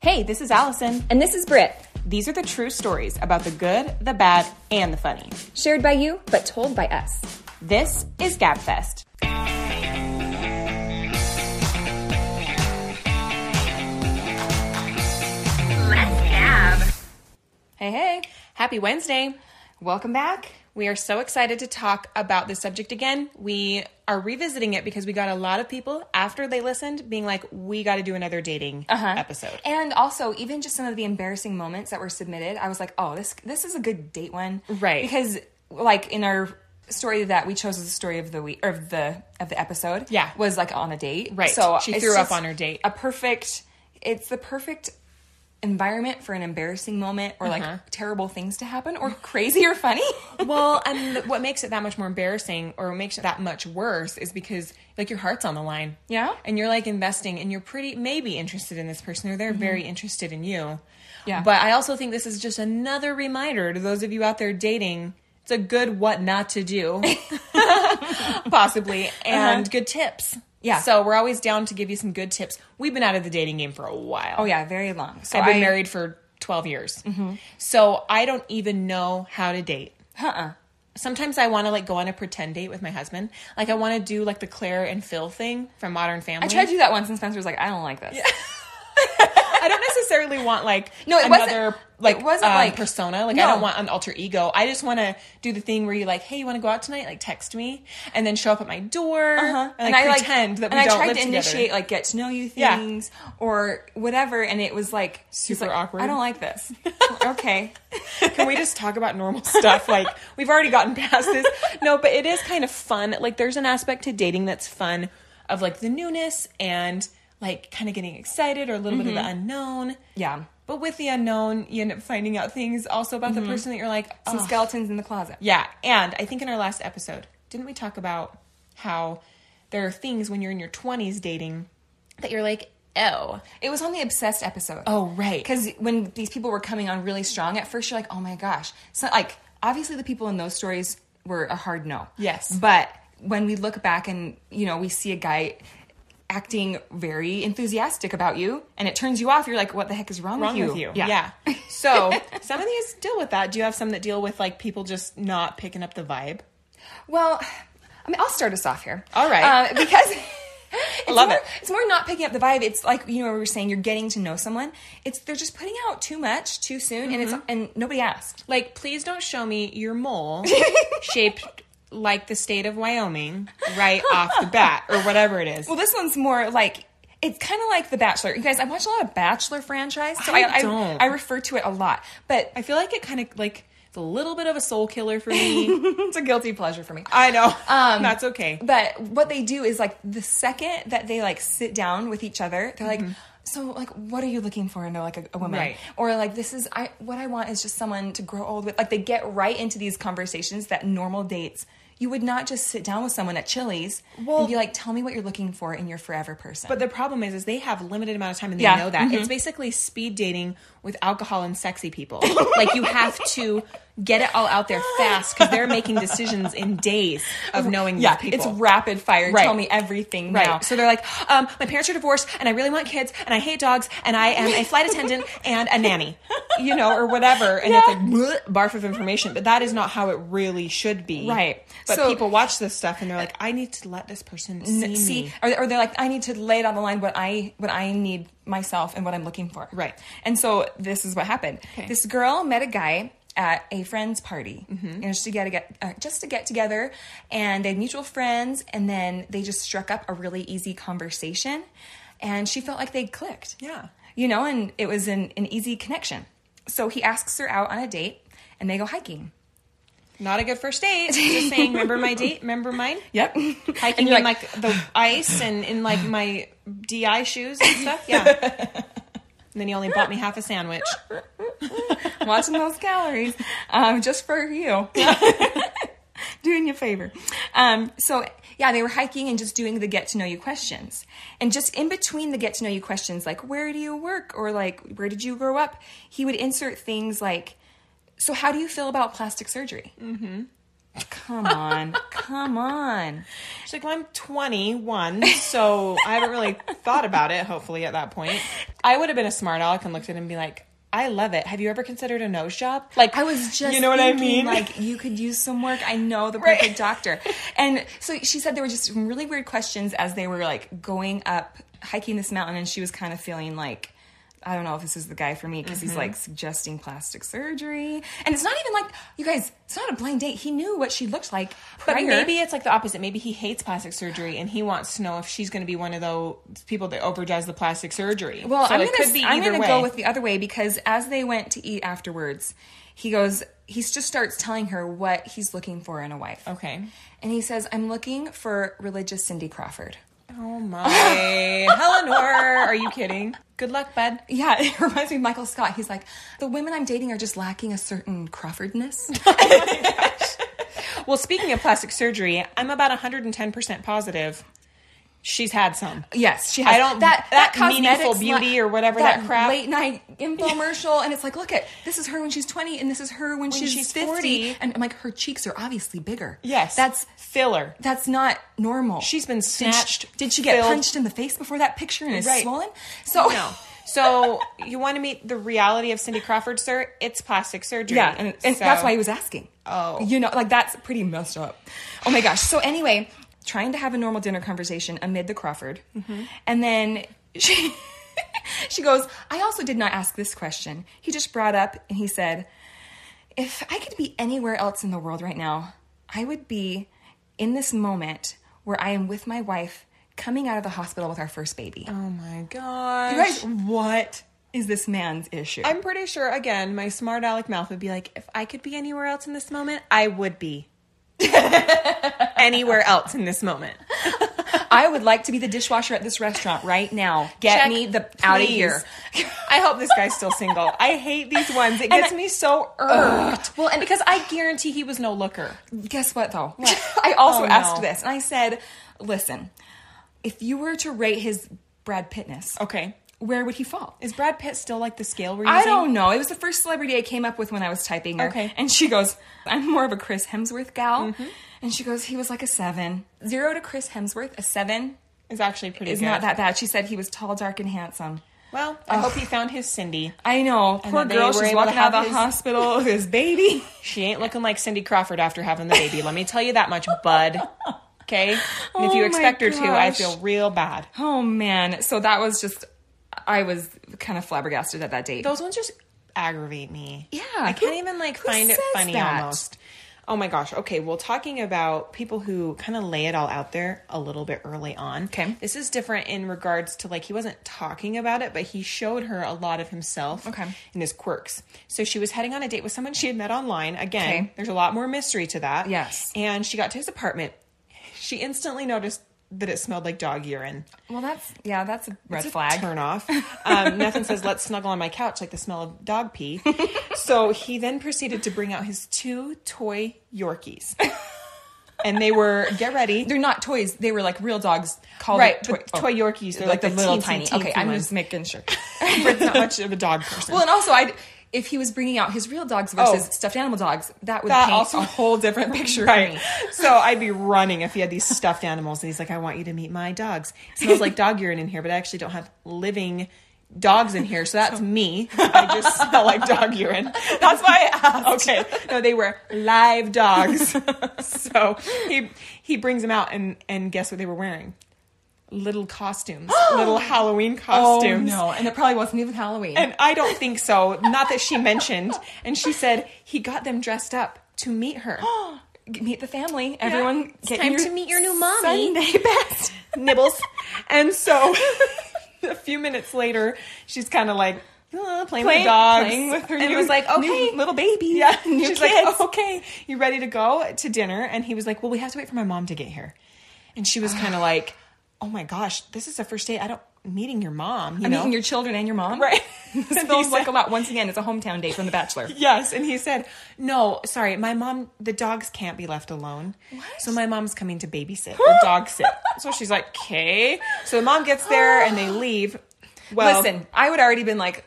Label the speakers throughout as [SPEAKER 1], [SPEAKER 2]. [SPEAKER 1] Hey, this is Allison.
[SPEAKER 2] And this is Britt,
[SPEAKER 1] These are the true stories about the good, the bad, and the funny.
[SPEAKER 2] shared by you, but told by us.
[SPEAKER 1] This is Gabfest. Hey, hey. Happy Wednesday. Welcome back. We are so excited to talk about this subject again. We are revisiting it because we got a lot of people after they listened being like, we got to do another dating
[SPEAKER 2] Uh-huh.
[SPEAKER 1] episode.
[SPEAKER 2] And also, even just some of the embarrassing moments that were submitted, I was like, oh, this this is a good date one,
[SPEAKER 1] Right.
[SPEAKER 2] Because like in our story that we chose as the story of the week or of the of the episode,
[SPEAKER 1] Yeah.
[SPEAKER 2] was like on a date,
[SPEAKER 1] Right.
[SPEAKER 2] So
[SPEAKER 1] She
[SPEAKER 2] it's
[SPEAKER 1] threw up
[SPEAKER 2] just
[SPEAKER 1] on her date.
[SPEAKER 2] A perfect. It's the perfect environment for an embarrassing moment or like terrible things to happen or crazy or funny.
[SPEAKER 1] Uh-huh. well, and th- what makes it that much more embarrassing or what makes it that much worse is because like your heart's on the line.
[SPEAKER 2] Yeah.
[SPEAKER 1] And you're like investing and you're pretty maybe interested in this person or they're very interested in you.
[SPEAKER 2] Mm-hmm. Yeah.
[SPEAKER 1] But I also think this is just another reminder to those of you out there dating. It's a good what not to do. possibly and good tips.
[SPEAKER 2] Uh-huh. Yeah.
[SPEAKER 1] So we're always down to give you some good tips. We've been out of the dating game for a while.
[SPEAKER 2] oh yeah, very long. So
[SPEAKER 1] I've been
[SPEAKER 2] I- Mm-hmm.
[SPEAKER 1] married for 12 years. So I don't even know how to date.
[SPEAKER 2] Uh-uh.
[SPEAKER 1] Sometimes I want to like go on a pretend date with my husband. Like I want to do like the Claire and Phil thing from Modern Family.
[SPEAKER 2] I tried to do that once, and Spencer was like, "I don't like this."
[SPEAKER 1] I don't necessarily want like
[SPEAKER 2] No, it wasn't-
[SPEAKER 1] another
[SPEAKER 2] it
[SPEAKER 1] like
[SPEAKER 2] wasn't,
[SPEAKER 1] um,
[SPEAKER 2] like-
[SPEAKER 1] persona. Like I
[SPEAKER 2] No.
[SPEAKER 1] don't want an alter ego. I just want to do the thing where you're like, hey, you want to go out tonight? Like text me, and then show up at my door and, like, pretend that we
[SPEAKER 2] Uh-huh. and
[SPEAKER 1] don't
[SPEAKER 2] I tried
[SPEAKER 1] live
[SPEAKER 2] to
[SPEAKER 1] together.
[SPEAKER 2] initiate like get to know you
[SPEAKER 1] Yeah.
[SPEAKER 2] things or whatever, and it was like he's
[SPEAKER 1] Super
[SPEAKER 2] like,
[SPEAKER 1] awkward.
[SPEAKER 2] I don't like this. okay,
[SPEAKER 1] Can we just talk about normal stuff? Like, we've already gotten past this. No, but it is kind of fun. Like, there's an aspect to dating that's fun of like the newness and like kind of getting excited or a little bit of the unknown.
[SPEAKER 2] yeah,
[SPEAKER 1] But with the unknown, you end up finding out things also about the person that you're like,
[SPEAKER 2] some
[SPEAKER 1] oh.
[SPEAKER 2] skeletons in the closet.
[SPEAKER 1] Yeah. And I think in our last episode, didn't we talk about how there are things when you're in your 20s dating that you're like, oh,
[SPEAKER 2] It was on the obsessed episode.
[SPEAKER 1] oh, right.
[SPEAKER 2] because when these people were coming on really strong at first, you're like, oh my gosh. So like obviously the people in those stories were a hard no.
[SPEAKER 1] Yes.
[SPEAKER 2] But when we look back and you know we see a guy acting very enthusiastic about you and it turns you off, you're like, what the heck is wrong,
[SPEAKER 1] wrong
[SPEAKER 2] with you?
[SPEAKER 1] with you. Yeah. So some of these deal with that. Do you have some that deal with like people just not picking up the vibe?
[SPEAKER 2] Well, I mean, I'll start us off here.
[SPEAKER 1] All right.
[SPEAKER 2] Uh, because it's
[SPEAKER 1] love
[SPEAKER 2] more,
[SPEAKER 1] it.
[SPEAKER 2] It's more not picking up the vibe. It's like you know we were saying. You're getting to know someone. It's they're just putting out too much too soon, and
[SPEAKER 1] Mm-hmm.
[SPEAKER 2] it's and nobody asked.
[SPEAKER 1] Like, please don't show me your mole shaped like the state of Wyoming right off the bat or whatever it is.
[SPEAKER 2] Well, this one's more like. It's kind of like The Bachelor. You guys, I watch a lot of Bachelor franchise, so
[SPEAKER 1] I
[SPEAKER 2] I I,
[SPEAKER 1] don't.
[SPEAKER 2] I refer to it a lot. But
[SPEAKER 1] I feel like it kind of like it's a little bit of a soul killer for me.
[SPEAKER 2] it's a guilty pleasure for me.
[SPEAKER 1] I know. That's okay.
[SPEAKER 2] But what they do is like the second that they like sit down with each other, they're like, "So like, what are you looking for?" And they're like, "A, a woman,"
[SPEAKER 1] Mm-hmm. Right.
[SPEAKER 2] or like, "This is I what I want is just someone to grow old with." Like they get right into these conversations that normal dates you would not just sit down with someone at Chili's
[SPEAKER 1] Well-
[SPEAKER 2] and be like, "Tell me what you're looking for in your forever person."
[SPEAKER 1] But the problem is, is they have limited amount of time and they
[SPEAKER 2] Yeah. Mm-hmm.
[SPEAKER 1] know that. It's basically speed dating with alcohol and sexy people. like you have to get it all out there fast because they're making decisions in days of knowing
[SPEAKER 2] yeah,
[SPEAKER 1] these people.
[SPEAKER 2] it's rapid fire.
[SPEAKER 1] Right.
[SPEAKER 2] Tell me everything
[SPEAKER 1] Right.
[SPEAKER 2] now.
[SPEAKER 1] So they're like, um, my parents are divorced, and I really want kids, and I hate dogs, and I am a flight attendant and a nanny, you know, or whatever. And it's like bleh, barf of information, but that is not how it really should be,
[SPEAKER 2] Right.
[SPEAKER 1] But
[SPEAKER 2] So-
[SPEAKER 1] people watch this stuff and they're like, I need to let this person see,
[SPEAKER 2] N-
[SPEAKER 1] me.
[SPEAKER 2] or, or they're like i need to lay it on the line what i what i need myself and what i'm looking for
[SPEAKER 1] Right.
[SPEAKER 2] and so this is what happened
[SPEAKER 1] Okay.
[SPEAKER 2] this girl met a guy at a friend's party
[SPEAKER 1] Mm-hmm.
[SPEAKER 2] and just to get, get uh, just to get together and they had mutual friends and then they just struck up a really easy conversation and she felt like they clicked
[SPEAKER 1] Yeah.
[SPEAKER 2] you know and it was an, an easy connection so he asks her out on a date and they go hiking
[SPEAKER 1] Not a good first date. Just saying. Remember my date? Remember mine?
[SPEAKER 2] yep
[SPEAKER 1] Hiking
[SPEAKER 2] you're
[SPEAKER 1] in like, the ice and in like my DI shoes and stuff. Yeah. and then he only bought me half a sandwich.
[SPEAKER 2] watching those calories um, just for you doing you a favor um, so yeah they were hiking and just doing the get to know you questions and just in between the get to know you questions like where do you work or like where did you grow up he would insert things like so how do you feel about plastic surgery Come on, come on.
[SPEAKER 1] She's like, well, I'm 21, so I haven't really thought about it, hopefully, at that point. I would have been a smart aleck and looked at him and be like, I love it. Have you ever considered a nose job? Like,
[SPEAKER 2] I was just
[SPEAKER 1] you know what I
[SPEAKER 2] thinking,
[SPEAKER 1] mean?
[SPEAKER 2] Like you could use some work. I know the
[SPEAKER 1] Right.
[SPEAKER 2] perfect doctor. And so she said there were just some really weird questions as they were like going up hiking this mountain, and she was kind of feeling like. I don't know if this is the guy for me because
[SPEAKER 1] Mm-hmm.
[SPEAKER 2] he's like suggesting plastic surgery. And it's not even like, you guys, it's not a blind date. He knew what she looked like.
[SPEAKER 1] but
[SPEAKER 2] prior.
[SPEAKER 1] maybe it's like the opposite. Maybe he hates plastic surgery and he wants to know if she's going to be one of those people that overdoes the plastic surgery.
[SPEAKER 2] Well,
[SPEAKER 1] so
[SPEAKER 2] I'm
[SPEAKER 1] it
[SPEAKER 2] gonna,
[SPEAKER 1] could be
[SPEAKER 2] I'm
[SPEAKER 1] either
[SPEAKER 2] gonna
[SPEAKER 1] way.
[SPEAKER 2] go with the other way because as they went to eat afterwards, he goes, he just starts telling her what he's looking for in a wife.
[SPEAKER 1] okay.
[SPEAKER 2] And he says, I'm looking for religious Cindy Crawford.
[SPEAKER 1] Oh my, Eleanor, are you kidding? Good luck, bud.
[SPEAKER 2] Yeah, it reminds me of Michael Scott. He's like, the women I'm dating are just lacking a certain Crawfordness.
[SPEAKER 1] Well, speaking of plastic surgery, I'm about 110% positive she's had some.
[SPEAKER 2] yes, she has
[SPEAKER 1] I don't- that meaningful
[SPEAKER 2] cosmetics
[SPEAKER 1] beauty or whatever that crap-
[SPEAKER 2] late night infomercial, and it's like, look at this is her when she's 20, and this is her when, she's,
[SPEAKER 1] she's
[SPEAKER 2] 50,
[SPEAKER 1] 40.
[SPEAKER 2] and I'm like, her cheeks are obviously bigger.
[SPEAKER 1] Yes.
[SPEAKER 2] that's
[SPEAKER 1] filler.
[SPEAKER 2] that's not normal.
[SPEAKER 1] She's been
[SPEAKER 2] Did she-
[SPEAKER 1] snatched.
[SPEAKER 2] Did she, get
[SPEAKER 1] filled.
[SPEAKER 2] punched in the face before that picture and is
[SPEAKER 1] Right.
[SPEAKER 2] swollen? So
[SPEAKER 1] No. So you want to meet the reality of Cindy Crawford, sir? It's plastic surgery.
[SPEAKER 2] Yeah, and, and
[SPEAKER 1] So-
[SPEAKER 2] that's why he was asking.
[SPEAKER 1] Oh.
[SPEAKER 2] You know, like that's pretty messed up. Oh my gosh. So, anyway, trying to have a normal dinner conversation amid the Crawford.
[SPEAKER 1] Mm-hmm.
[SPEAKER 2] And then she, she goes, I also did not ask this question. He just brought up and he said, If I could be anywhere else in the world right now, I would be in this moment where I am with my wife coming out of the hospital with our first baby.
[SPEAKER 1] Oh my gosh.
[SPEAKER 2] You guys, what is this man's issue?
[SPEAKER 1] I'm pretty sure, again, my smart aleck mouth would be like, if I could be anywhere else in this moment, I would be. anywhere else in this moment.
[SPEAKER 2] I would like to be the dishwasher at this restaurant right now. Get
[SPEAKER 1] Check,
[SPEAKER 2] me the out of
[SPEAKER 1] please.
[SPEAKER 2] here.
[SPEAKER 1] I hope this guy's still single. I hate these ones. It
[SPEAKER 2] And
[SPEAKER 1] gets
[SPEAKER 2] I-
[SPEAKER 1] me so irked. well, and because I guarantee he was no looker.
[SPEAKER 2] Guess what though? I also
[SPEAKER 1] Oh,
[SPEAKER 2] asked
[SPEAKER 1] no.
[SPEAKER 2] this and I said, "Listen, if you were to rate his Brad Pittness,
[SPEAKER 1] Okay.
[SPEAKER 2] where would he fall?"
[SPEAKER 1] Is Brad Pitt still like the scale we're using?
[SPEAKER 2] I don't know. It was the first celebrity I came up with when I was typing her.
[SPEAKER 1] Okay. Mm-hmm.
[SPEAKER 2] And she goes, I'm more of a Chris Hemsworth gal. And she goes, he was like a seven. Zero to Chris Hemsworth, a seven
[SPEAKER 1] It's actually pretty
[SPEAKER 2] is
[SPEAKER 1] good.
[SPEAKER 2] not that bad. She said he was tall, dark, and handsome.
[SPEAKER 1] Well, I hope he found his Cindy.
[SPEAKER 2] I know. Poor
[SPEAKER 1] that they were
[SPEAKER 2] girl.
[SPEAKER 1] able
[SPEAKER 2] She's
[SPEAKER 1] to
[SPEAKER 2] walking out
[SPEAKER 1] have
[SPEAKER 2] of the
[SPEAKER 1] his-
[SPEAKER 2] hospital with his baby.
[SPEAKER 1] She ain't looking like Cindy Crawford after having the baby. Let me tell you that much, bud. Okay? And if
[SPEAKER 2] Oh
[SPEAKER 1] you
[SPEAKER 2] my
[SPEAKER 1] expect her to, I
[SPEAKER 2] gosh.
[SPEAKER 1] feel real bad.
[SPEAKER 2] Oh man, so that was just I was kind of flabbergasted at that date.
[SPEAKER 1] Those ones just aggravate me.
[SPEAKER 2] Yeah,
[SPEAKER 1] I can't
[SPEAKER 2] who-
[SPEAKER 1] even like
[SPEAKER 2] who
[SPEAKER 1] find it
[SPEAKER 2] says
[SPEAKER 1] funny
[SPEAKER 2] that?
[SPEAKER 1] almost. Oh my gosh. Okay, well talking about people who kind of lay it all out there a little bit early on.
[SPEAKER 2] Okay.
[SPEAKER 1] This is different in regards to like he wasn't talking about it, but he showed her a lot of himself
[SPEAKER 2] Okay.
[SPEAKER 1] and his quirks. So she was heading on a date with someone she had met online. Again,
[SPEAKER 2] Okay.
[SPEAKER 1] there's a lot more mystery to that.
[SPEAKER 2] Yes.
[SPEAKER 1] And she got to his apartment. She instantly noticed that it smelled like dog urine
[SPEAKER 2] Well, that's yeah, that's a red flag.
[SPEAKER 1] turn off. Um, nothing says let's snuggle on my couch like the smell of dog pee. so he then proceeded to bring out his two toy Yorkies, and they were get ready.
[SPEAKER 2] They're not toys. They were like real dogs called
[SPEAKER 1] Right,
[SPEAKER 2] toy, oh,
[SPEAKER 1] but toy Yorkies, they're like the teensy, teensy
[SPEAKER 2] Okay, I'm
[SPEAKER 1] ones.
[SPEAKER 2] just making sure.
[SPEAKER 1] Brit's not much of a dog person.
[SPEAKER 2] well, and also I if he was bringing out his real dogs versus
[SPEAKER 1] Oh.
[SPEAKER 2] stuffed animal dogs, that would
[SPEAKER 1] That
[SPEAKER 2] paint
[SPEAKER 1] also-
[SPEAKER 2] a whole different picture for
[SPEAKER 1] Right.
[SPEAKER 2] me.
[SPEAKER 1] So I'd be running if he had these stuffed animals and he's like, I want you to meet my dogs. It smells like dog urine in here, but I actually don't have living dogs in here. So that's me. I just smell like dog urine. That's why I asked. Okay. No, they were live dogs. so he he brings them out and, and guess what they were wearing? Little costumes. little Halloween costumes.
[SPEAKER 2] Oh no, and it probably wasn't even Halloween.
[SPEAKER 1] And I don't think so. Not that she mentioned. And she said he got them dressed up to meet her.
[SPEAKER 2] meet the family. Everyone,
[SPEAKER 1] It's
[SPEAKER 2] get
[SPEAKER 1] time to meet your new mommy.
[SPEAKER 2] Sunday best.
[SPEAKER 1] nibbles. And so a few minutes later, she's kind of like uh, playing, with
[SPEAKER 2] Playing-
[SPEAKER 1] the dogs.
[SPEAKER 2] playing with her
[SPEAKER 1] and
[SPEAKER 2] new-
[SPEAKER 1] was like, okay,
[SPEAKER 2] new little baby,
[SPEAKER 1] Yeah.
[SPEAKER 2] new
[SPEAKER 1] she's
[SPEAKER 2] kids.
[SPEAKER 1] like, okay, you ready to go to dinner? And he was like, well, we have to wait for my mom to get here. And she was kind of like, oh my gosh, this is the first date. I don't meeting your mom. You
[SPEAKER 2] I'm
[SPEAKER 1] know?
[SPEAKER 2] meeting your children and your mom.
[SPEAKER 1] right.
[SPEAKER 2] This
[SPEAKER 1] And
[SPEAKER 2] feels
[SPEAKER 1] he
[SPEAKER 2] like
[SPEAKER 1] said-
[SPEAKER 2] a lot. Once again, it's a hometown date from The Bachelor.
[SPEAKER 1] Yes, and he said, "No, sorry, my mom. The dogs can't be left alone.
[SPEAKER 2] What?
[SPEAKER 1] So my mom's coming to babysit or dog sit. So she's like, okay. So the mom gets there and they leave. Well,
[SPEAKER 2] listen, I would already been like,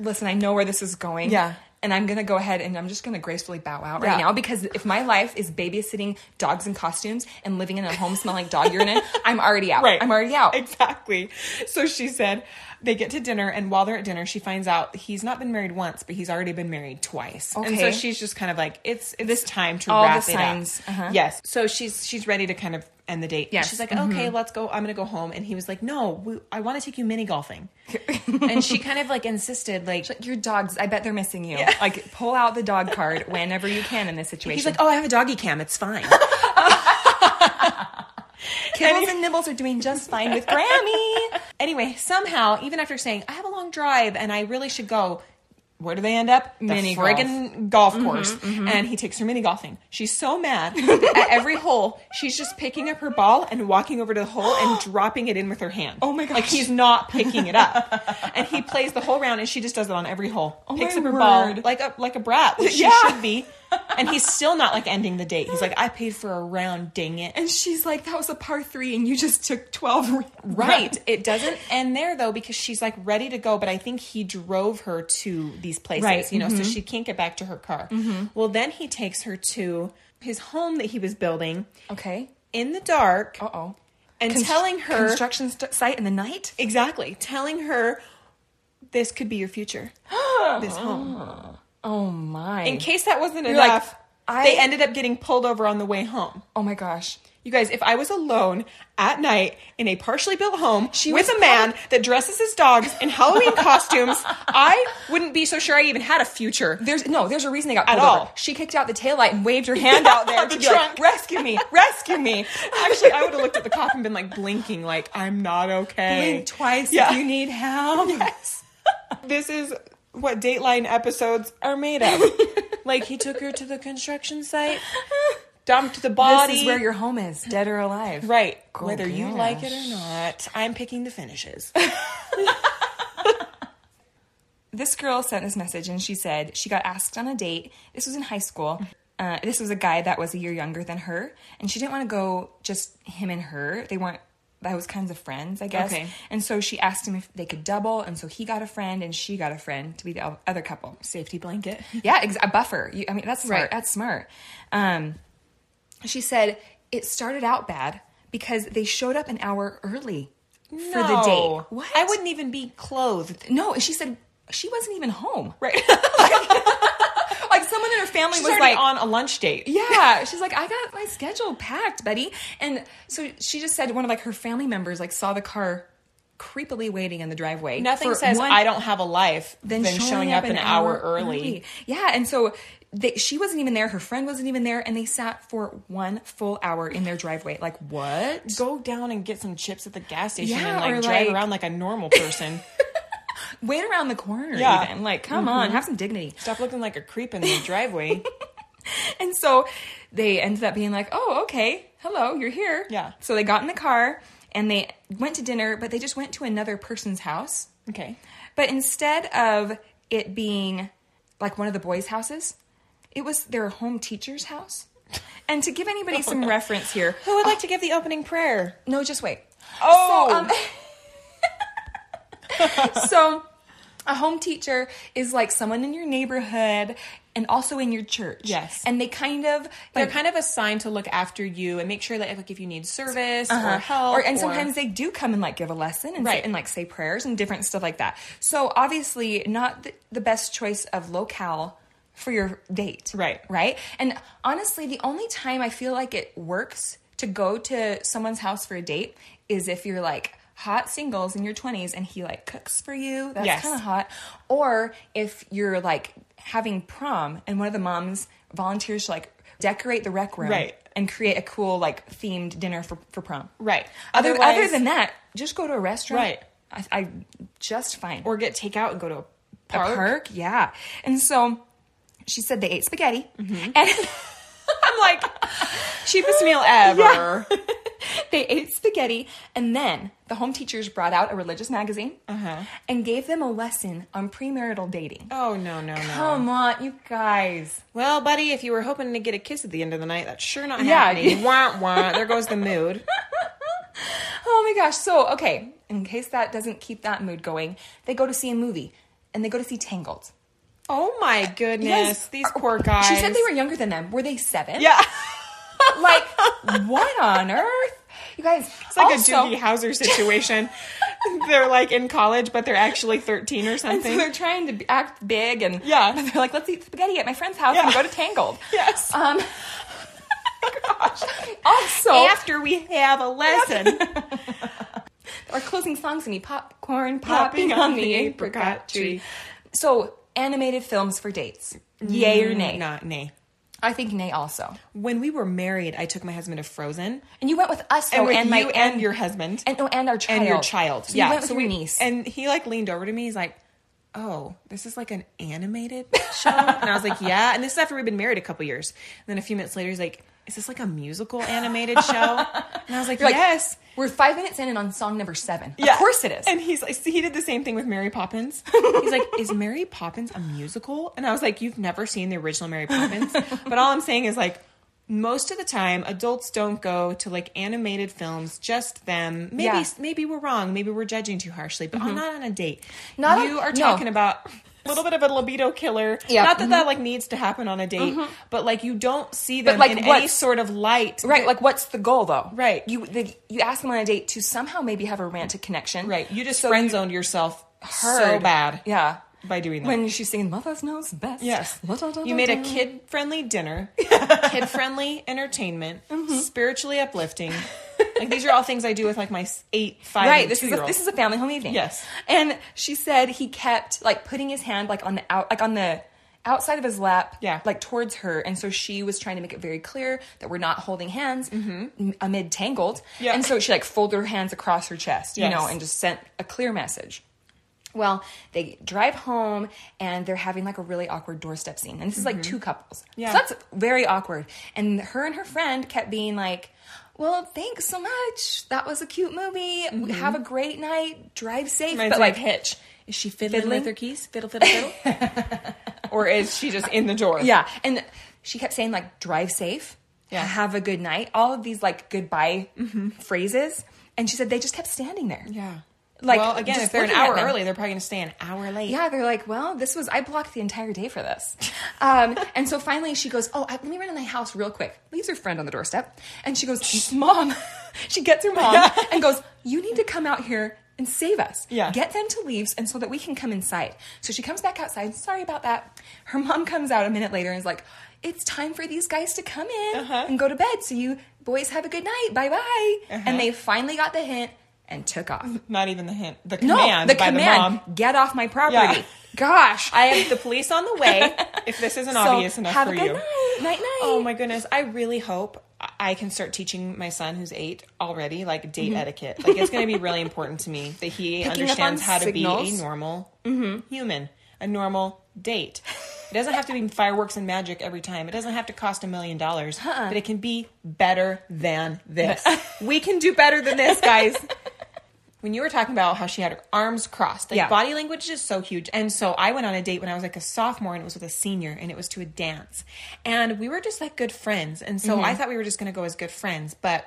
[SPEAKER 2] listen, I know where this is going.
[SPEAKER 1] Yeah.
[SPEAKER 2] And I'm gonna go ahead and I'm just gonna gracefully bow out right
[SPEAKER 1] Yeah.
[SPEAKER 2] now because if my life is babysitting dogs in costumes and living in a home smelling like dog urine, I'm already out. I'm already out.
[SPEAKER 1] Exactly. So she said they get to dinner, and while they're at dinner, she finds out he's not been married once, but he's already been married twice. And so
[SPEAKER 2] Okay.
[SPEAKER 1] she's just kind of like, it's it's this time to
[SPEAKER 2] all the
[SPEAKER 1] wrap it
[SPEAKER 2] signs.
[SPEAKER 1] up.
[SPEAKER 2] Uh-huh.
[SPEAKER 1] Yes. So she's she's ready to kind of end the date.
[SPEAKER 2] Yes. Mm-hmm.
[SPEAKER 1] She's like, okay, let's go. I'm gonna go home. And he was like, no, we, I want to take you mini golfing. and she kind of like insisted, like.
[SPEAKER 2] But your dogs, I bet they're missing you. Like pull out the dog card whenever you can in this situation.
[SPEAKER 1] He's like, oh, I have a doggy cam. It's fine.
[SPEAKER 2] Kibbles and Nibbles are doing just fine with Grammy.
[SPEAKER 1] anyway, somehow, even after saying I have a long drive and I really should go, where do they end up? The
[SPEAKER 2] Mini golf.
[SPEAKER 1] friggin' golf,
[SPEAKER 2] Mm-hmm,
[SPEAKER 1] course. And he takes her mini golfing. She's so mad that at every hole. She's just picking up her ball and walking over to the hole and dropping it in with her hand.
[SPEAKER 2] Oh my gosh.
[SPEAKER 1] Like he's not picking it up. and he plays the whole round, and she just does it on every hole.
[SPEAKER 2] Oh
[SPEAKER 1] picks
[SPEAKER 2] my
[SPEAKER 1] up her ball
[SPEAKER 2] word.
[SPEAKER 1] like a like a brat, which
[SPEAKER 2] Yeah.
[SPEAKER 1] she should be. And he's still not like ending the date. He's like, I paid for a round, dang it.
[SPEAKER 2] And she's like, that was a par three and you just took 12
[SPEAKER 1] Right. It doesn't end there though because she's like ready to go, but I think he drove her to these places,
[SPEAKER 2] Right. Mm-hmm.
[SPEAKER 1] you know, so she can't get back to her car. Well, then he takes her to his home that he was building
[SPEAKER 2] Okay.
[SPEAKER 1] in the dark
[SPEAKER 2] Uh oh.
[SPEAKER 1] and telling her
[SPEAKER 2] construction st- site in the night.
[SPEAKER 1] exactly, telling her this could be your future. this home.
[SPEAKER 2] Oh my.
[SPEAKER 1] In case that wasn't
[SPEAKER 2] like,
[SPEAKER 1] enough,
[SPEAKER 2] I-
[SPEAKER 1] they ended up getting pulled over on the way home.
[SPEAKER 2] oh my gosh.
[SPEAKER 1] You guys, if I was alone at night in a partially built home
[SPEAKER 2] She
[SPEAKER 1] with
[SPEAKER 2] was
[SPEAKER 1] a man that dresses his dogs in Halloween costumes, I wouldn't be so sure I even had a future.
[SPEAKER 2] There's no. There's a reason they got
[SPEAKER 1] At
[SPEAKER 2] pulled
[SPEAKER 1] all.
[SPEAKER 2] over. She kicked out the taillight and waved her hand out there.
[SPEAKER 1] The
[SPEAKER 2] to be like,
[SPEAKER 1] trunk.
[SPEAKER 2] rescue me! Rescue me!
[SPEAKER 1] Actually, I would have looked at the cop and been like blinking, like, I'm not okay.
[SPEAKER 2] Blink twice
[SPEAKER 1] Yeah.
[SPEAKER 2] if you need help.
[SPEAKER 1] Yes. this is what Dateline episodes are made of. like, he took her to the construction site, dumped the body.
[SPEAKER 2] This is where your home is, dead or alive.
[SPEAKER 1] Right.
[SPEAKER 2] Go
[SPEAKER 1] Whether you
[SPEAKER 2] gosh.
[SPEAKER 1] like it or not, I'm picking the finishes.
[SPEAKER 2] this girl sent this message and she said she got asked on a date. This was in high school. Uh, this was a guy that was a year younger than her, and she didn't want to go just him and her. They weren't those kinds of friends, I guess.
[SPEAKER 1] Okay.
[SPEAKER 2] And so she asked him if they could double, and so he got a friend and she got a friend to be the o- other couple.
[SPEAKER 1] Safety blanket.
[SPEAKER 2] Yeah, ex- a buffer. You, I mean, that's smart.
[SPEAKER 1] Right.
[SPEAKER 2] That's smart. Um, she said it started out bad because they showed up an hour early for the
[SPEAKER 1] No.
[SPEAKER 2] date. What?
[SPEAKER 1] I wouldn't even be clothed.
[SPEAKER 2] No, she said she wasn't even home.
[SPEAKER 1] Right.
[SPEAKER 2] Like someone in her family
[SPEAKER 1] She's
[SPEAKER 2] was
[SPEAKER 1] already
[SPEAKER 2] like,
[SPEAKER 1] on a lunch date.
[SPEAKER 2] yeah. She's like, I got my schedule packed, buddy. And so she just said one of like her family members like saw the car creepily waiting in the driveway.
[SPEAKER 1] Nothing
[SPEAKER 2] for
[SPEAKER 1] says
[SPEAKER 2] one-
[SPEAKER 1] I don't have a life than,
[SPEAKER 2] then
[SPEAKER 1] showing, up, an, hour, early.
[SPEAKER 2] Yeah, and so they, she wasn't even there. Her friend wasn't even there, and they sat for one full hour in their driveway. Like what?
[SPEAKER 1] Go down and get some chips at the gas station
[SPEAKER 2] Yeah,
[SPEAKER 1] and like
[SPEAKER 2] or,
[SPEAKER 1] drive
[SPEAKER 2] like-
[SPEAKER 1] around like a normal person.
[SPEAKER 2] Wait around the corner.
[SPEAKER 1] Yeah. Mm-hmm.
[SPEAKER 2] even. like come on, have some dignity.
[SPEAKER 1] Stop looking like a creep in the driveway.
[SPEAKER 2] And so they ended up being like, oh, okay, hello, you're here.
[SPEAKER 1] Yeah.
[SPEAKER 2] So they got in the car and they went to dinner, but they just went to another person's house.
[SPEAKER 1] okay.
[SPEAKER 2] But instead of it being like one of the boys' houses, it was their home teacher's house. And to give
[SPEAKER 1] Oh,
[SPEAKER 2] anybody some reference here,
[SPEAKER 1] Who would like to give the opening prayer?
[SPEAKER 2] no, just wait.
[SPEAKER 1] Oh.
[SPEAKER 2] So, um, so a home teacher is like someone in your neighborhood and also in your church.
[SPEAKER 1] Yes.
[SPEAKER 2] And they kind of
[SPEAKER 1] They're
[SPEAKER 2] like,
[SPEAKER 1] kind of assigned to look after you and make sure that like if you need service
[SPEAKER 2] uh-huh.
[SPEAKER 1] or help,
[SPEAKER 2] Or- and sometimes they do come and like give a lesson and,
[SPEAKER 1] Right.
[SPEAKER 2] say, and like say prayers and different stuff like that. So obviously not the, the best choice of locale for your date.
[SPEAKER 1] Right.
[SPEAKER 2] Right. And honestly, the only time I feel like it works to go to someone's house for a date is if you're like hot singles in your 20s and he like cooks for you. That's
[SPEAKER 1] Yes.
[SPEAKER 2] kind of hot. Or if you're like having prom and one of the moms volunteers to like decorate the rec room
[SPEAKER 1] Right.
[SPEAKER 2] and create a cool like themed dinner for, for prom.
[SPEAKER 1] right.
[SPEAKER 2] Other other
[SPEAKER 1] Otherwise-
[SPEAKER 2] than that, just go to a restaurant.
[SPEAKER 1] Right.
[SPEAKER 2] I, I just fine.
[SPEAKER 1] or get takeout and go to a
[SPEAKER 2] a
[SPEAKER 1] park.
[SPEAKER 2] park. Yeah. And so she said they ate spaghetti.
[SPEAKER 1] Mm-hmm.
[SPEAKER 2] And I'm like,
[SPEAKER 1] Cheapest meal ever.
[SPEAKER 2] they ate spaghetti. And then the home teachers brought out a religious magazine and gave them a lesson on premarital dating.
[SPEAKER 1] Uh-huh. Oh no, no, no.
[SPEAKER 2] Come on, you guys.
[SPEAKER 1] Well, buddy, if you were hoping to get a kiss at the end of the night, that's sure not
[SPEAKER 2] Yeah.
[SPEAKER 1] happening. wah, wah. There goes the mood.
[SPEAKER 2] Oh my gosh. So, okay, in case that doesn't keep that mood going, they go to see a movie and they go to see Tangled.
[SPEAKER 1] Oh my goodness.
[SPEAKER 2] Yes.
[SPEAKER 1] These poor guys.
[SPEAKER 2] She said they were younger than them. Were they seven?
[SPEAKER 1] Yeah.
[SPEAKER 2] Like, what on earth? You guys,
[SPEAKER 1] It's like
[SPEAKER 2] also,
[SPEAKER 1] a Doogie Howser situation. they're like in college, but they're actually 13 or
[SPEAKER 2] And so
[SPEAKER 1] something.
[SPEAKER 2] they're trying to be- act big and
[SPEAKER 1] Yeah.
[SPEAKER 2] but they're like, let's eat spaghetti at my friend's house
[SPEAKER 1] Yeah.
[SPEAKER 2] and go to Tangled.
[SPEAKER 1] Yes.
[SPEAKER 2] Um, Also,
[SPEAKER 1] After we have a lesson.
[SPEAKER 2] our closing song's gonna be popcorn
[SPEAKER 1] Popping
[SPEAKER 2] popping,
[SPEAKER 1] on
[SPEAKER 2] on
[SPEAKER 1] the
[SPEAKER 2] the apricot
[SPEAKER 1] tree.
[SPEAKER 2] tree. So animated films for dates, yay
[SPEAKER 1] Mm,
[SPEAKER 2] or nay?
[SPEAKER 1] Not nay.
[SPEAKER 2] I think nay also.
[SPEAKER 1] When we were married, I took my husband to Frozen. Oh,
[SPEAKER 2] And you went with us though,
[SPEAKER 1] and
[SPEAKER 2] and,
[SPEAKER 1] with
[SPEAKER 2] my
[SPEAKER 1] you and your husband.
[SPEAKER 2] and, oh, and our child
[SPEAKER 1] and your child.
[SPEAKER 2] So
[SPEAKER 1] yeah.
[SPEAKER 2] you went with
[SPEAKER 1] so we-
[SPEAKER 2] your niece.
[SPEAKER 1] And he like leaned over to me. He's like, "Oh, this is like an animated show." and I was like, "Yeah." And this is after we've been married a couple years. And then a few minutes later, he's like, "Is this like a musical animated show?" and I was like,
[SPEAKER 2] You're like,
[SPEAKER 1] "Yes."
[SPEAKER 2] We're five minutes in and on song number seven.
[SPEAKER 1] Yeah.
[SPEAKER 2] Of course it is.
[SPEAKER 1] And he's like, see, he did the same thing with Mary Poppins. He's like, is Mary Poppins a musical? And I was like, you've never seen the original Mary Poppins. But all I'm saying is like, most of the time, adults don't go to like animated films, just them. Maybe
[SPEAKER 2] Yeah. Mm-hmm.
[SPEAKER 1] maybe we're wrong. Maybe we're judging too harshly, but I'm not on a date.
[SPEAKER 2] Not
[SPEAKER 1] you
[SPEAKER 2] on-
[SPEAKER 1] are
[SPEAKER 2] no.
[SPEAKER 1] talking about a little bit of a libido killer.
[SPEAKER 2] Yeah. Mm-hmm.
[SPEAKER 1] Not that that like needs to happen on a date, but like you don't see them
[SPEAKER 2] like,
[SPEAKER 1] in any
[SPEAKER 2] what's-
[SPEAKER 1] sort of light.
[SPEAKER 2] Right, like what's the goal though?
[SPEAKER 1] Right.
[SPEAKER 2] You the, you ask them on a date to somehow maybe have a romantic connection.
[SPEAKER 1] Right. You just
[SPEAKER 2] So
[SPEAKER 1] friend
[SPEAKER 2] you
[SPEAKER 1] zoned yourself so
[SPEAKER 2] heard-
[SPEAKER 1] bad
[SPEAKER 2] Yeah.
[SPEAKER 1] by doing that.
[SPEAKER 2] When she's singing "Mother's Knows Best,"
[SPEAKER 1] Yes.
[SPEAKER 2] La-da-da-da-da.
[SPEAKER 1] You made a kid friendly dinner, kid friendly entertainment,
[SPEAKER 2] Mm-hmm.
[SPEAKER 1] spiritually uplifting. Like these are all things I do with like my s- eight, five,
[SPEAKER 2] right.
[SPEAKER 1] and
[SPEAKER 2] This
[SPEAKER 1] two
[SPEAKER 2] is
[SPEAKER 1] year
[SPEAKER 2] a,
[SPEAKER 1] old.
[SPEAKER 2] this is a family home evening.
[SPEAKER 1] Yes.
[SPEAKER 2] and she said he kept like putting his hand like on the out like on the outside of his lap,
[SPEAKER 1] Yeah.
[SPEAKER 2] like towards her, and so she was trying to make it very clear that we're not holding hands m- amid tangled.
[SPEAKER 1] Mm-hmm. Yeah.
[SPEAKER 2] and so she like folded her hands across her chest, you know,
[SPEAKER 1] Yes.
[SPEAKER 2] and just sent a clear message. Well, they drive home and they're having like a really awkward doorstep scene. And this is like two couples.
[SPEAKER 1] Mm-hmm. Yeah.
[SPEAKER 2] So that's very awkward. And her and her friend kept being like, well, thanks so much. That was a cute movie. Have a great night. Drive safe.
[SPEAKER 1] Mm-hmm. Reminds
[SPEAKER 2] but
[SPEAKER 1] me
[SPEAKER 2] like
[SPEAKER 1] of Hitch. Is she fiddling,
[SPEAKER 2] Fiddling?
[SPEAKER 1] with her keys? Fiddle, fiddle, fiddle. or is she just in the door?
[SPEAKER 2] Yeah. And she kept saying, like, drive safe,
[SPEAKER 1] Yeah. Mm-hmm.
[SPEAKER 2] have a good night, all of these, like, goodbye phrases. And she said they just kept standing there.
[SPEAKER 1] Yeah. Like
[SPEAKER 2] Like,
[SPEAKER 1] well, again,
[SPEAKER 2] just
[SPEAKER 1] if they're an
[SPEAKER 2] looking at
[SPEAKER 1] hour
[SPEAKER 2] them.
[SPEAKER 1] early, they're probably going to stay an hour late.
[SPEAKER 2] Yeah, they're like, well, this was, I blocked the entire day for this. Um, and so finally she goes, oh, I, let me run in my house real quick. Leaves her friend on the doorstep. And she goes, mom, she gets her mom and goes, you need to come out here and save us.
[SPEAKER 1] Yeah.
[SPEAKER 2] Get them to leave and so that we can come inside. So she comes back outside. Sorry about that. Her mom comes out a minute later and is like, it's time for these guys to come in
[SPEAKER 1] Uh-huh.
[SPEAKER 2] and go to bed. So you boys have a good night. Bye bye.
[SPEAKER 1] Uh-huh.
[SPEAKER 2] And they finally got the hint and took off.
[SPEAKER 1] Not even the hint. The
[SPEAKER 2] No,
[SPEAKER 1] command
[SPEAKER 2] the
[SPEAKER 1] by the
[SPEAKER 2] command,
[SPEAKER 1] mom.
[SPEAKER 2] get off my property.
[SPEAKER 1] Yeah.
[SPEAKER 2] Gosh.
[SPEAKER 1] I have the police on the way. If this isn't obvious enough
[SPEAKER 2] have
[SPEAKER 1] for
[SPEAKER 2] a good
[SPEAKER 1] you.
[SPEAKER 2] Night, night, night.
[SPEAKER 1] Oh my goodness. I really hope I can start teaching my son who's eight already, like date etiquette. Like it's gonna be really important to me that he
[SPEAKER 2] Mm-hmm. up
[SPEAKER 1] understands
[SPEAKER 2] on
[SPEAKER 1] how to be
[SPEAKER 2] signals.
[SPEAKER 1] a
[SPEAKER 2] Mm-hmm.
[SPEAKER 1] normal human, a normal date. It doesn't have to be fireworks and magic every time. It doesn't have to cost a million dollars, but it can be better than this. we can do better than this, guys. When you were talking about how she had her arms crossed, like
[SPEAKER 2] Yeah.
[SPEAKER 1] body language is so huge. And so I went on a date when I was like a sophomore and it was with a senior and it was to a dance. And we were just like good friends. And so
[SPEAKER 2] Mm-hmm.
[SPEAKER 1] I thought we were just going to go as good friends, but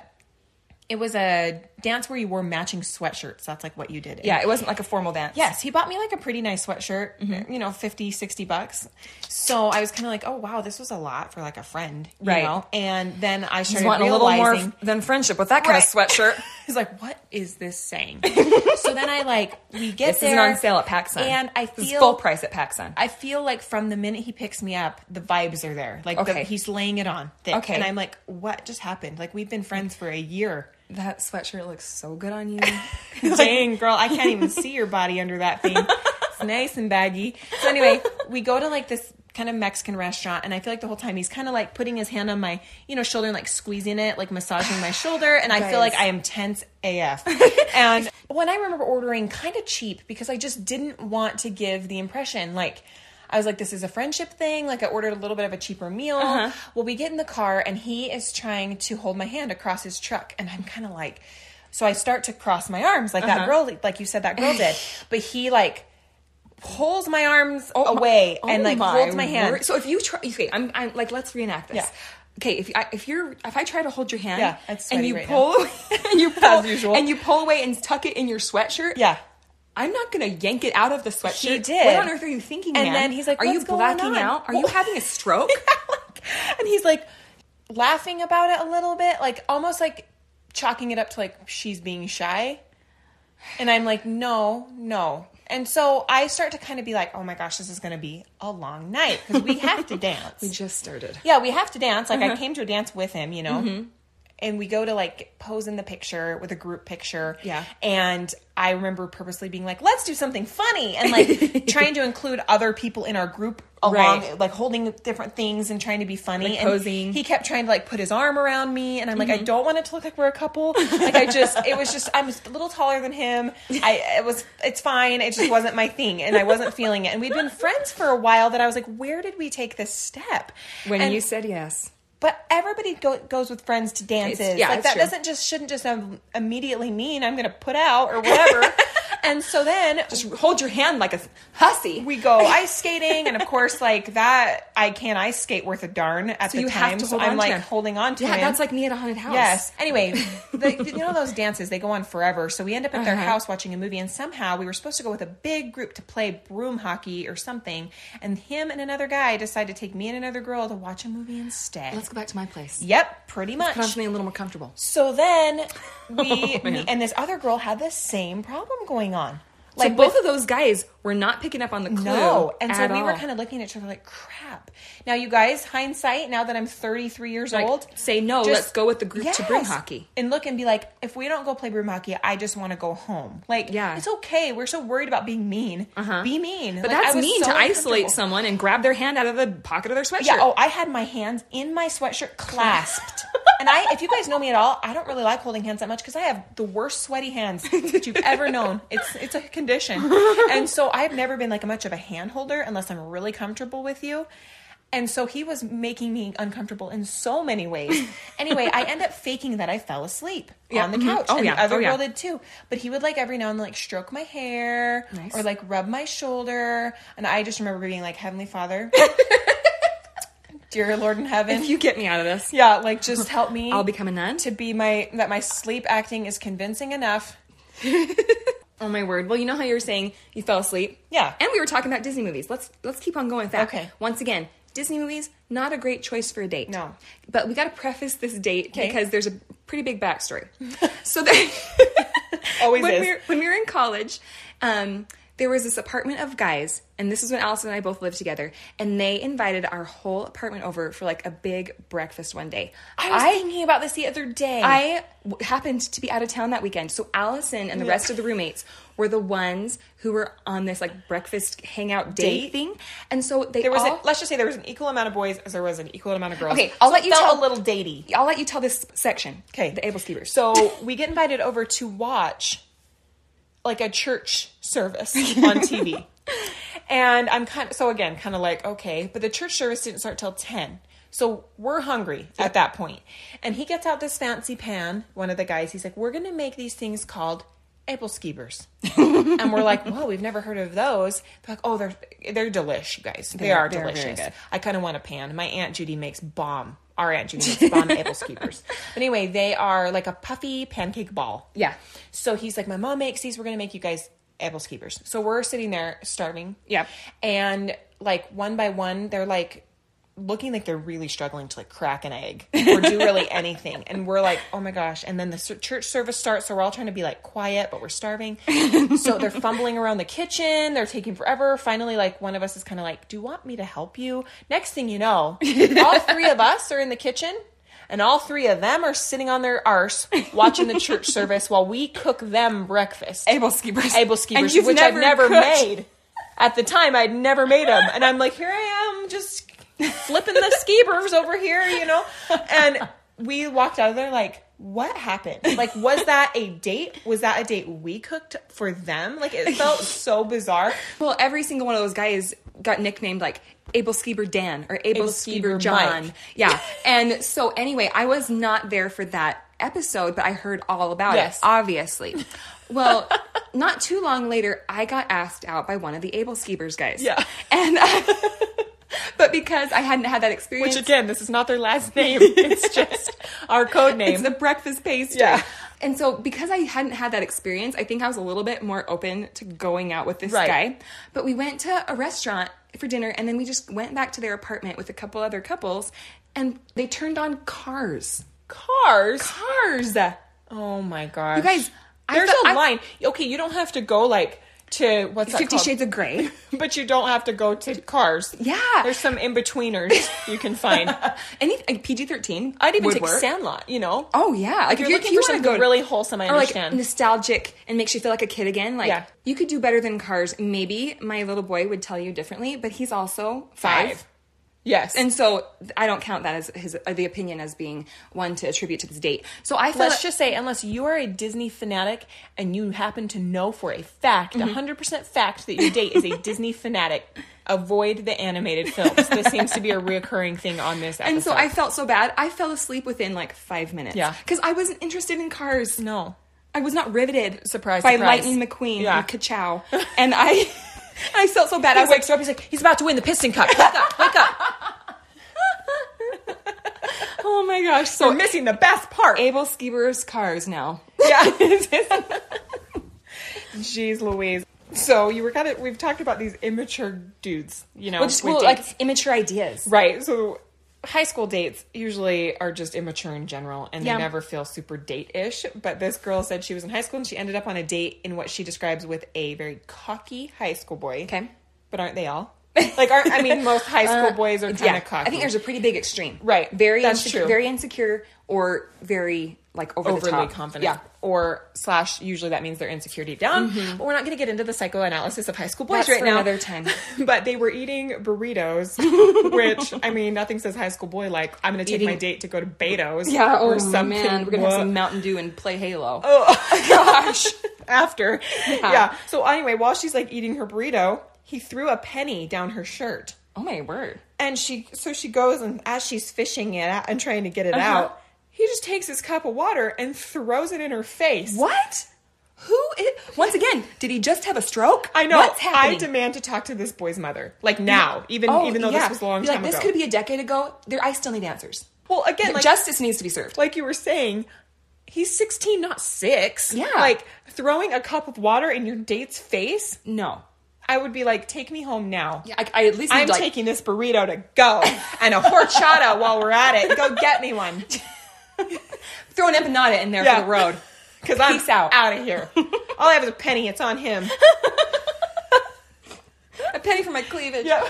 [SPEAKER 1] it was a dance where you wore matching sweatshirts. That's like what you did.
[SPEAKER 2] Yeah, it wasn't like a formal dance.
[SPEAKER 1] Yes, he bought me like a pretty nice sweatshirt,
[SPEAKER 2] Mm-hmm.
[SPEAKER 1] you know, 50, 60 bucks. So I was kind of like, oh, wow, this was a lot for like a friend, you
[SPEAKER 2] Right.
[SPEAKER 1] know? And then I
[SPEAKER 2] Just
[SPEAKER 1] started
[SPEAKER 2] want a little
[SPEAKER 1] realizing.
[SPEAKER 2] more f- than friendship with that kind of
[SPEAKER 1] Right.
[SPEAKER 2] sweatshirt.
[SPEAKER 1] He's like, what is this saying? so then I like, we get
[SPEAKER 2] this
[SPEAKER 1] there.
[SPEAKER 2] isn't on sale at PacSun.
[SPEAKER 1] And I
[SPEAKER 2] This is
[SPEAKER 1] feel-
[SPEAKER 2] full price at PacSun.
[SPEAKER 1] I feel like from the minute he picks me up, the vibes are there. Like the-
[SPEAKER 2] Okay.
[SPEAKER 1] he's laying it on. Thick.
[SPEAKER 2] Okay.
[SPEAKER 1] And I'm like, what just happened? Like we've been friends for a year.
[SPEAKER 2] that sweatshirt looks so good on you.
[SPEAKER 1] Dang, girl, I can't even see your body under that thing. It's nice and baggy. So anyway, we go to like this kind of Mexican restaurant, and I feel like the whole time he's kind of like putting his hand on my, you know, shoulder and like squeezing it, like massaging my shoulder, and I feel
[SPEAKER 2] Guys.
[SPEAKER 1] like I am tense AF. and when I remember ordering kind of cheap because I just didn't want to give the impression like. I was like, this is a friendship thing. Like, I ordered a little bit of a cheaper meal.
[SPEAKER 2] Uh-huh.
[SPEAKER 1] Well, we get in the car, and he is trying to hold my hand across his truck. And I'm kind of like, so I start to cross my arms like
[SPEAKER 2] Uh-huh.
[SPEAKER 1] that girl, like you said that girl did. But he like pulls my arms away
[SPEAKER 2] Oh
[SPEAKER 1] and like
[SPEAKER 2] my
[SPEAKER 1] holds my hand.
[SPEAKER 2] word. So if you try, okay, I'm, I'm like, let's reenact this.
[SPEAKER 1] Yeah.
[SPEAKER 2] Okay, if I, if you're if I try to hold your hand,
[SPEAKER 1] Yeah, it's
[SPEAKER 2] and
[SPEAKER 1] sweaty
[SPEAKER 2] you
[SPEAKER 1] right now.
[SPEAKER 2] pull, and you pull,
[SPEAKER 1] As usual.
[SPEAKER 2] and you pull away and tuck it in your sweatshirt,
[SPEAKER 1] Yeah.
[SPEAKER 2] I'm not gonna yank it out of the sweatshirt.
[SPEAKER 1] He did.
[SPEAKER 2] What on earth are you thinking?
[SPEAKER 1] And
[SPEAKER 2] man?
[SPEAKER 1] then he's like,
[SPEAKER 2] Are you
[SPEAKER 1] "What's going
[SPEAKER 2] blacking
[SPEAKER 1] on?"
[SPEAKER 2] out? Are you having a stroke?
[SPEAKER 1] and he's like laughing about it a little bit, like almost like chalking it up to like she's being shy. And I'm like, no, no. And so I start to kind of be like, oh my gosh, this is going to be a long night because we have to dance.
[SPEAKER 2] We just started.
[SPEAKER 1] yeah, we have to dance. Like
[SPEAKER 2] Uh-huh.
[SPEAKER 1] I came to a dance with him, you know.
[SPEAKER 2] Mm-hmm.
[SPEAKER 1] And we go to like pose in the picture with a group picture.
[SPEAKER 2] Yeah.
[SPEAKER 1] And I remember purposely being like, let's do something funny and like trying to include other people in our group along,
[SPEAKER 2] Right.
[SPEAKER 1] like holding different things and trying to be funny.
[SPEAKER 2] Like
[SPEAKER 1] and
[SPEAKER 2] posing.
[SPEAKER 1] he kept trying to like put his arm around me and I'm like,
[SPEAKER 2] Mm-hmm.
[SPEAKER 1] I don't want it to look like we're a couple. Like I just it was just I'm just a little taller than him. I it was it's fine. It just wasn't my thing and I wasn't feeling it. And we'd been friends for a while that I was like, where did we take this step?
[SPEAKER 2] When
[SPEAKER 1] And-
[SPEAKER 2] you said yes,
[SPEAKER 1] but everybody go, goes with friends to dances.
[SPEAKER 2] It's- yeah,
[SPEAKER 1] like
[SPEAKER 2] it's
[SPEAKER 1] that
[SPEAKER 2] true.
[SPEAKER 1] doesn't just shouldn't just um, immediately mean I'm going to put out or whatever. and so then
[SPEAKER 2] just hold your hand like a hussy.
[SPEAKER 1] we go ice skating, and of course, like that, I can't ice skate worth a darn at
[SPEAKER 2] So
[SPEAKER 1] the
[SPEAKER 2] you
[SPEAKER 1] time.
[SPEAKER 2] have to
[SPEAKER 1] so
[SPEAKER 2] hold
[SPEAKER 1] I'm
[SPEAKER 2] on
[SPEAKER 1] like
[SPEAKER 2] to him.
[SPEAKER 1] holding on to
[SPEAKER 2] yeah,
[SPEAKER 1] him.
[SPEAKER 2] that's like me at a haunted house.
[SPEAKER 1] Yes. Anyway, the, you know those dances, they go on forever. So we end up at their
[SPEAKER 2] Uh-huh.
[SPEAKER 1] house watching a movie, and somehow we were supposed to go with a big group to play broom hockey or something. And him and another guy decide to take me and another girl to watch a movie instead.
[SPEAKER 2] Let's go back to my place.
[SPEAKER 1] yep, pretty much.
[SPEAKER 2] Put on something a little more comfortable.
[SPEAKER 1] So then we,
[SPEAKER 2] Oh, man.
[SPEAKER 1] me- and this other girl had the same problem going on.
[SPEAKER 2] Like
[SPEAKER 1] Like
[SPEAKER 2] both
[SPEAKER 1] with-
[SPEAKER 2] of those guys were not picking up on the clue.
[SPEAKER 1] no, and so
[SPEAKER 2] at
[SPEAKER 1] we were
[SPEAKER 2] all.
[SPEAKER 1] kind of looking at each other like, "Crap!" Now, you guys, hindsight. Now that I'm 33 years
[SPEAKER 2] Like,
[SPEAKER 1] old,
[SPEAKER 2] say no, let's go with the group to broom hockey.
[SPEAKER 1] and look and be like, "If we don't go play broom hockey, I just want to go home." Like,
[SPEAKER 2] Yeah.
[SPEAKER 1] it's okay. We're so worried about being mean.
[SPEAKER 2] Uh-huh.
[SPEAKER 1] Be mean,
[SPEAKER 2] But
[SPEAKER 1] Like, I
[SPEAKER 2] that's
[SPEAKER 1] was
[SPEAKER 2] mean
[SPEAKER 1] so
[SPEAKER 2] to isolate
[SPEAKER 1] uncomfortable.
[SPEAKER 2] someone and grab their hand out of the pocket of their sweatshirt.
[SPEAKER 1] Yeah. Oh, I had my hands in my sweatshirt clasped. and I, if you guys know me at all, I don't really like holding hands that much because I have the worst sweaty hands that you've ever known. It's it's a condition, and so I've never been like much of a hand holder unless I'm really comfortable with you. And so he was making me uncomfortable in so many ways. Anyway, I end up faking that I fell asleep
[SPEAKER 2] Yeah,
[SPEAKER 1] on the
[SPEAKER 2] mhm.
[SPEAKER 1] couch.
[SPEAKER 2] Oh,
[SPEAKER 1] and
[SPEAKER 2] yeah,
[SPEAKER 1] the other
[SPEAKER 2] oh, yeah.
[SPEAKER 1] girl did too. But he would like every now and then like stroke my hair
[SPEAKER 2] Nice.
[SPEAKER 1] or like rub my shoulder. And I just remember being like, Heavenly Father, dear Lord in heaven.
[SPEAKER 2] if you get me out of this,
[SPEAKER 1] yeah, like just help me
[SPEAKER 2] I'll become a nun.
[SPEAKER 1] to be my that my sleep acting is convincing enough.
[SPEAKER 2] Oh my word! Well, you know how you were saying you fell asleep.
[SPEAKER 1] Yeah.
[SPEAKER 2] And we were talking about Disney movies. Let's let's keep on going with that.
[SPEAKER 1] Okay.
[SPEAKER 2] Once again, Disney movies not a great choice for a date.
[SPEAKER 1] No.
[SPEAKER 2] But we got to preface this date
[SPEAKER 1] Okay.
[SPEAKER 2] because there's a pretty big backstory. so there
[SPEAKER 1] Always
[SPEAKER 2] when
[SPEAKER 1] is.
[SPEAKER 2] we were, when we were in college, um, there was this apartment of guys, and this is when Allison and I both lived together, and they invited our whole apartment over for like a big breakfast one day.
[SPEAKER 1] I was thinking about this the other day.
[SPEAKER 2] I w- happened to be out of town that weekend, so Allison and the rest of the roommates were the ones who were on this like breakfast hangout date,
[SPEAKER 1] Date?
[SPEAKER 2] thing, and so they
[SPEAKER 1] there was
[SPEAKER 2] all.
[SPEAKER 1] a, let's just say there was an equal amount of boys as there was an equal amount of girls.
[SPEAKER 2] Okay, I'll
[SPEAKER 1] So
[SPEAKER 2] let
[SPEAKER 1] it
[SPEAKER 2] you
[SPEAKER 1] felt
[SPEAKER 2] tell-
[SPEAKER 1] a little datey.
[SPEAKER 2] I'll let you tell this section.
[SPEAKER 1] Okay.
[SPEAKER 2] the able skeevers.
[SPEAKER 1] So we get invited over to watch like a church service on TV. and I'm kind of, so again, kind of like, okay, but the church service didn't start till 10. So we're hungry at that point. And he gets out this fancy pan, one of the guys, he's like, we're going to make these things called apple skeevers. and we're like, whoa, we've never heard of those. They're like, oh, they're, they're delish, you guys. They
[SPEAKER 2] They're-
[SPEAKER 1] are
[SPEAKER 2] they're very
[SPEAKER 1] delicious.
[SPEAKER 2] good.
[SPEAKER 1] I kind of want a pan. My aunt Judy makes bomb. Our aunt Judy makes bomb apple skeevers. But anyway, they are like a puffy pancake ball.
[SPEAKER 2] Yeah.
[SPEAKER 1] So he's like, my mom makes these. We're gonna make you guys apple skeevers. So we're sitting there starving.
[SPEAKER 2] Yeah.
[SPEAKER 1] And like one by one, they're like looking like they're really struggling to like crack an egg or do really anything. And we're like, oh my gosh. And then the ser- church service starts. So we're all trying to be like quiet, but we're starving. so they're fumbling around the kitchen. They're taking forever. Finally, like one of us is kind of like, do you want me to help you? Next thing you know, all three of us are in the kitchen. And all three of them are sitting on their arse watching the church service while we cook them breakfast.
[SPEAKER 2] able skeevers.
[SPEAKER 1] Able
[SPEAKER 2] And
[SPEAKER 1] skeevers,
[SPEAKER 2] you've
[SPEAKER 1] which I've never
[SPEAKER 2] cooked.
[SPEAKER 1] made. At the time, I'd never made them, and I'm like, here I am, just flipping the skeevers over here, you know. And we walked out of there like, what happened? Like, was that a date? Was that a date we cooked for them? Like, it felt so bizarre.
[SPEAKER 2] Well, every single one of those guys got nicknamed like Abel Skeeber Dan or Abel,
[SPEAKER 1] Abel
[SPEAKER 2] Skeeber
[SPEAKER 1] Skeeber
[SPEAKER 2] John.
[SPEAKER 1] Mike.
[SPEAKER 2] Yeah. and so anyway, I was not there for that episode, but I heard all about
[SPEAKER 1] Yes.
[SPEAKER 2] it, obviously. Well, not too long later, I got asked out by one of the Abel Skeebers guys.
[SPEAKER 1] Yeah.
[SPEAKER 2] And I, but because I hadn't had that experience,
[SPEAKER 1] Which again, this is not their last name; it's just our code name.
[SPEAKER 2] it's the breakfast pastry.
[SPEAKER 1] Yeah.
[SPEAKER 2] and so because I hadn't had that experience, I think I was a little bit more open to going out with this
[SPEAKER 1] Right.
[SPEAKER 2] guy. But we went to a restaurant for dinner and then we just went back to their apartment with a couple other couples and they turned on cars.
[SPEAKER 1] Cars.
[SPEAKER 2] Cars.
[SPEAKER 1] Oh my gosh.
[SPEAKER 2] You guys, I
[SPEAKER 1] there's
[SPEAKER 2] thought-
[SPEAKER 1] a
[SPEAKER 2] I-
[SPEAKER 1] line. Okay, you don't have to go like to what's that
[SPEAKER 2] 50
[SPEAKER 1] called?
[SPEAKER 2] shades of gray.
[SPEAKER 1] But you don't have to go to cars.
[SPEAKER 2] Yeah.
[SPEAKER 1] There's some in betweeners you can find.
[SPEAKER 2] Any PG thirteen.
[SPEAKER 1] I'd even
[SPEAKER 2] would
[SPEAKER 1] take
[SPEAKER 2] work.
[SPEAKER 1] Sandlot, you know?
[SPEAKER 2] Oh yeah, like
[SPEAKER 1] If you're
[SPEAKER 2] you-
[SPEAKER 1] looking
[SPEAKER 2] you
[SPEAKER 1] for
[SPEAKER 2] wanna
[SPEAKER 1] something
[SPEAKER 2] to-
[SPEAKER 1] really wholesome, I
[SPEAKER 2] or like
[SPEAKER 1] understand.
[SPEAKER 2] nostalgic and makes you feel like a kid again. Like
[SPEAKER 1] Yeah.
[SPEAKER 2] you could do better than Cars. Maybe my little boy would tell you differently, but he's also five,
[SPEAKER 1] Five. Yes.
[SPEAKER 2] and so I don't count that as his uh, the opinion as being one to attribute to this date. So I feel
[SPEAKER 1] Let's
[SPEAKER 2] like-
[SPEAKER 1] just say, unless you are a Disney fanatic and you happen to know for a fact, a
[SPEAKER 2] Mm-hmm.
[SPEAKER 1] 100% fact, that your date is a Disney fanatic, avoid the animated films. This seems to be a reoccurring thing on this episode.
[SPEAKER 2] and so I felt so bad. I fell asleep within like five minutes.
[SPEAKER 1] Yeah.
[SPEAKER 2] because I wasn't interested in Cars.
[SPEAKER 1] No.
[SPEAKER 2] I was not riveted.
[SPEAKER 1] Surprise,
[SPEAKER 2] by
[SPEAKER 1] surprise.
[SPEAKER 2] Lightning McQueen.
[SPEAKER 1] Yeah.
[SPEAKER 2] and Ka-Chow. and I. I felt so bad. I
[SPEAKER 1] He
[SPEAKER 2] was like,
[SPEAKER 1] wakes up, he's like, he's about to win the Piston Cup. Wake up, wake up.
[SPEAKER 2] oh my gosh! So
[SPEAKER 1] We're missing the best part.
[SPEAKER 2] Abel Skeeber's cars now.
[SPEAKER 1] Yeah. Jeez Louise. So you were kind of, we've talked about these immature dudes, you know,
[SPEAKER 2] Which
[SPEAKER 1] with
[SPEAKER 2] well,
[SPEAKER 1] dates.
[SPEAKER 2] like immature ideas.
[SPEAKER 1] Right. So high school dates usually are just immature in general and
[SPEAKER 2] Yeah.
[SPEAKER 1] they never feel super date ish. But this girl said she was in high school and she ended up on a date in what she describes with a very cocky high school boy.
[SPEAKER 2] Okay. Uh,
[SPEAKER 1] But aren't they all? Like, aren't, I mean, most high school boys are kind of cocky.
[SPEAKER 2] I think there's a pretty big extreme.
[SPEAKER 1] Right.
[SPEAKER 2] Very
[SPEAKER 1] That's
[SPEAKER 2] insecure,
[SPEAKER 1] true.
[SPEAKER 2] very insecure or very like over the
[SPEAKER 1] overly
[SPEAKER 2] top.
[SPEAKER 1] confident.
[SPEAKER 2] Yeah. Mm-hmm.
[SPEAKER 1] Or slash, usually that means they're insecure deep down. But we're not going to get into the psychoanalysis of high school boys right
[SPEAKER 2] That's for
[SPEAKER 1] now.
[SPEAKER 2] another time.
[SPEAKER 1] but they were eating burritos, which I mean, nothing says high school boy like I'm going to take my
[SPEAKER 2] Eating-
[SPEAKER 1] date to go to Beto's.
[SPEAKER 2] Yeah, oh
[SPEAKER 1] or something.
[SPEAKER 2] man, we're gonna have
[SPEAKER 1] Wha-
[SPEAKER 2] some Mountain Dew and play Halo. Oh.
[SPEAKER 1] gosh after yeah. so anyway while she's like eating her burrito he threw a penny down her shirt
[SPEAKER 2] Oh my word.
[SPEAKER 1] and she so she goes and as she's fishing it out and trying to get it
[SPEAKER 2] Uh-huh.
[SPEAKER 1] out he just takes his cup of water and throws it in her face
[SPEAKER 2] What? Who is once again, did he just have a stroke?
[SPEAKER 1] i know
[SPEAKER 2] What's happening?
[SPEAKER 1] i demand to talk to this boy's mother like now even
[SPEAKER 2] Oh,
[SPEAKER 1] even though
[SPEAKER 2] yeah.
[SPEAKER 1] this was a long
[SPEAKER 2] Be
[SPEAKER 1] time
[SPEAKER 2] like, This
[SPEAKER 1] ago
[SPEAKER 2] could be a decade ago. There I still need answers.
[SPEAKER 1] well again like
[SPEAKER 2] Justice needs to be served.
[SPEAKER 1] like you were saying he's 16 not 6
[SPEAKER 2] Yeah.
[SPEAKER 1] like throwing a cup of water in your date's face
[SPEAKER 2] No.
[SPEAKER 1] i would be like take me home now
[SPEAKER 2] Yeah, I, I at least need
[SPEAKER 1] I'm
[SPEAKER 2] like,
[SPEAKER 1] taking this burrito to go and a horchata while we're at it. Go get me one.
[SPEAKER 2] throw an empanada in there
[SPEAKER 1] Yeah.
[SPEAKER 2] for the road.
[SPEAKER 1] Because I'm
[SPEAKER 2] Peace out.
[SPEAKER 1] out of here. All I have is a penny. It's on him.
[SPEAKER 2] A penny for my cleavage.
[SPEAKER 1] Yeah.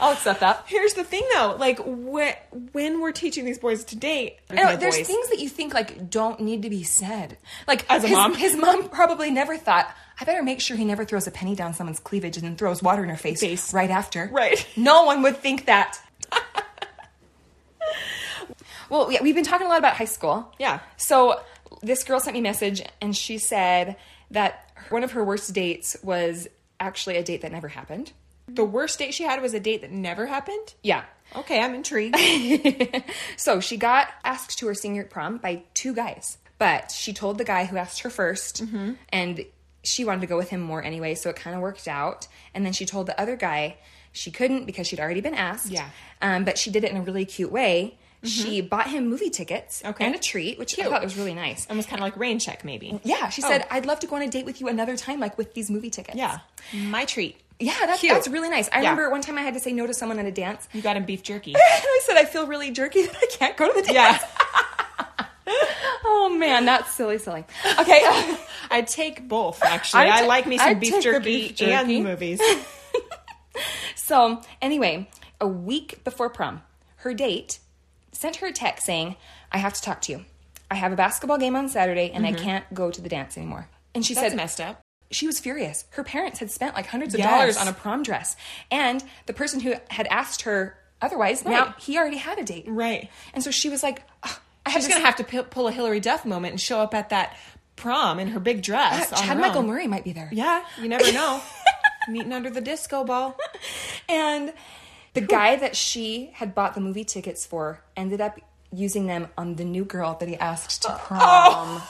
[SPEAKER 2] I'll accept that.
[SPEAKER 1] Here's the thing, though. Like, wh- when we're teaching these boys to date,
[SPEAKER 2] I know,
[SPEAKER 1] My
[SPEAKER 2] there's
[SPEAKER 1] boys.
[SPEAKER 2] things that you think like don't need to be said. Like
[SPEAKER 1] As a
[SPEAKER 2] his,
[SPEAKER 1] mom?
[SPEAKER 2] his mom probably never thought. I better make sure he never throws a penny down someone's cleavage and then throws water in her face,
[SPEAKER 1] Face.
[SPEAKER 2] right after.
[SPEAKER 1] Right.
[SPEAKER 2] No one would think that. well, yeah, we've been talking a lot about high school.
[SPEAKER 1] Yeah.
[SPEAKER 2] So this girl sent me a message and she said that one of her worst dates was actually a date that never happened.
[SPEAKER 1] the worst date she had was a date that never happened.
[SPEAKER 2] Yeah.
[SPEAKER 1] Okay, I'm intrigued.
[SPEAKER 2] So she got asked to her senior prom by two guys, but she told the guy who asked her 1st
[SPEAKER 1] Mm-hmm.
[SPEAKER 2] and she wanted to go with him more anyway, so it kind of worked out. And then she told the other guy she couldn't because she'd already been asked.
[SPEAKER 1] Yeah. Mm-hmm.
[SPEAKER 2] Um, but she did it in a really cute way. She bought him movie tickets
[SPEAKER 1] Okay.
[SPEAKER 2] and a treat, which I thought was really nice.
[SPEAKER 1] Almost kind of like rain check, maybe.
[SPEAKER 2] Yeah, she said, I'd love to go on a date with you another time, like with these movie tickets.
[SPEAKER 1] Oh. Yeah. My treat.
[SPEAKER 2] Yeah, that's,
[SPEAKER 1] Cute.
[SPEAKER 2] that's really nice. I
[SPEAKER 1] Yeah.
[SPEAKER 2] remember one time I had to say no to someone at a dance.
[SPEAKER 1] You got him beef jerky.
[SPEAKER 2] And I said, I feel really jerky that I can't go to the dance.
[SPEAKER 1] yeah.
[SPEAKER 2] Oh man, that's silly, silly. Okay,
[SPEAKER 1] I take both, actually.
[SPEAKER 2] I'd
[SPEAKER 1] I
[SPEAKER 2] ta-
[SPEAKER 1] like me some
[SPEAKER 2] I'd
[SPEAKER 1] beef
[SPEAKER 2] take the
[SPEAKER 1] jerky,
[SPEAKER 2] beef jerky.
[SPEAKER 1] and movies.
[SPEAKER 2] so anyway, a week before prom, her date sent her a text saying, "I have to talk to you. I have a basketball game on Saturday, and I can't go to the dance anymore." And she
[SPEAKER 1] Mm-hmm. That's
[SPEAKER 2] said,
[SPEAKER 1] messed up.
[SPEAKER 2] she was furious. Her parents had spent like hundreds of
[SPEAKER 1] Yes.
[SPEAKER 2] dollars on a prom dress, and the person who had asked her otherwise now
[SPEAKER 1] Right.
[SPEAKER 2] he already had a date,
[SPEAKER 1] Right.
[SPEAKER 2] and so she was like, "Ugh, "I have
[SPEAKER 1] She's
[SPEAKER 2] this-
[SPEAKER 1] gonna have to p- pull a Hillary Duff moment and show up at that prom in her big dress. on
[SPEAKER 2] Chad
[SPEAKER 1] her
[SPEAKER 2] Michael
[SPEAKER 1] own.
[SPEAKER 2] Murray might be there."
[SPEAKER 1] Yeah, you never know. Meeting under the disco ball.
[SPEAKER 2] And the guy that she had bought the movie tickets for ended up using them on the new girl that he asked to prom.
[SPEAKER 1] Uh,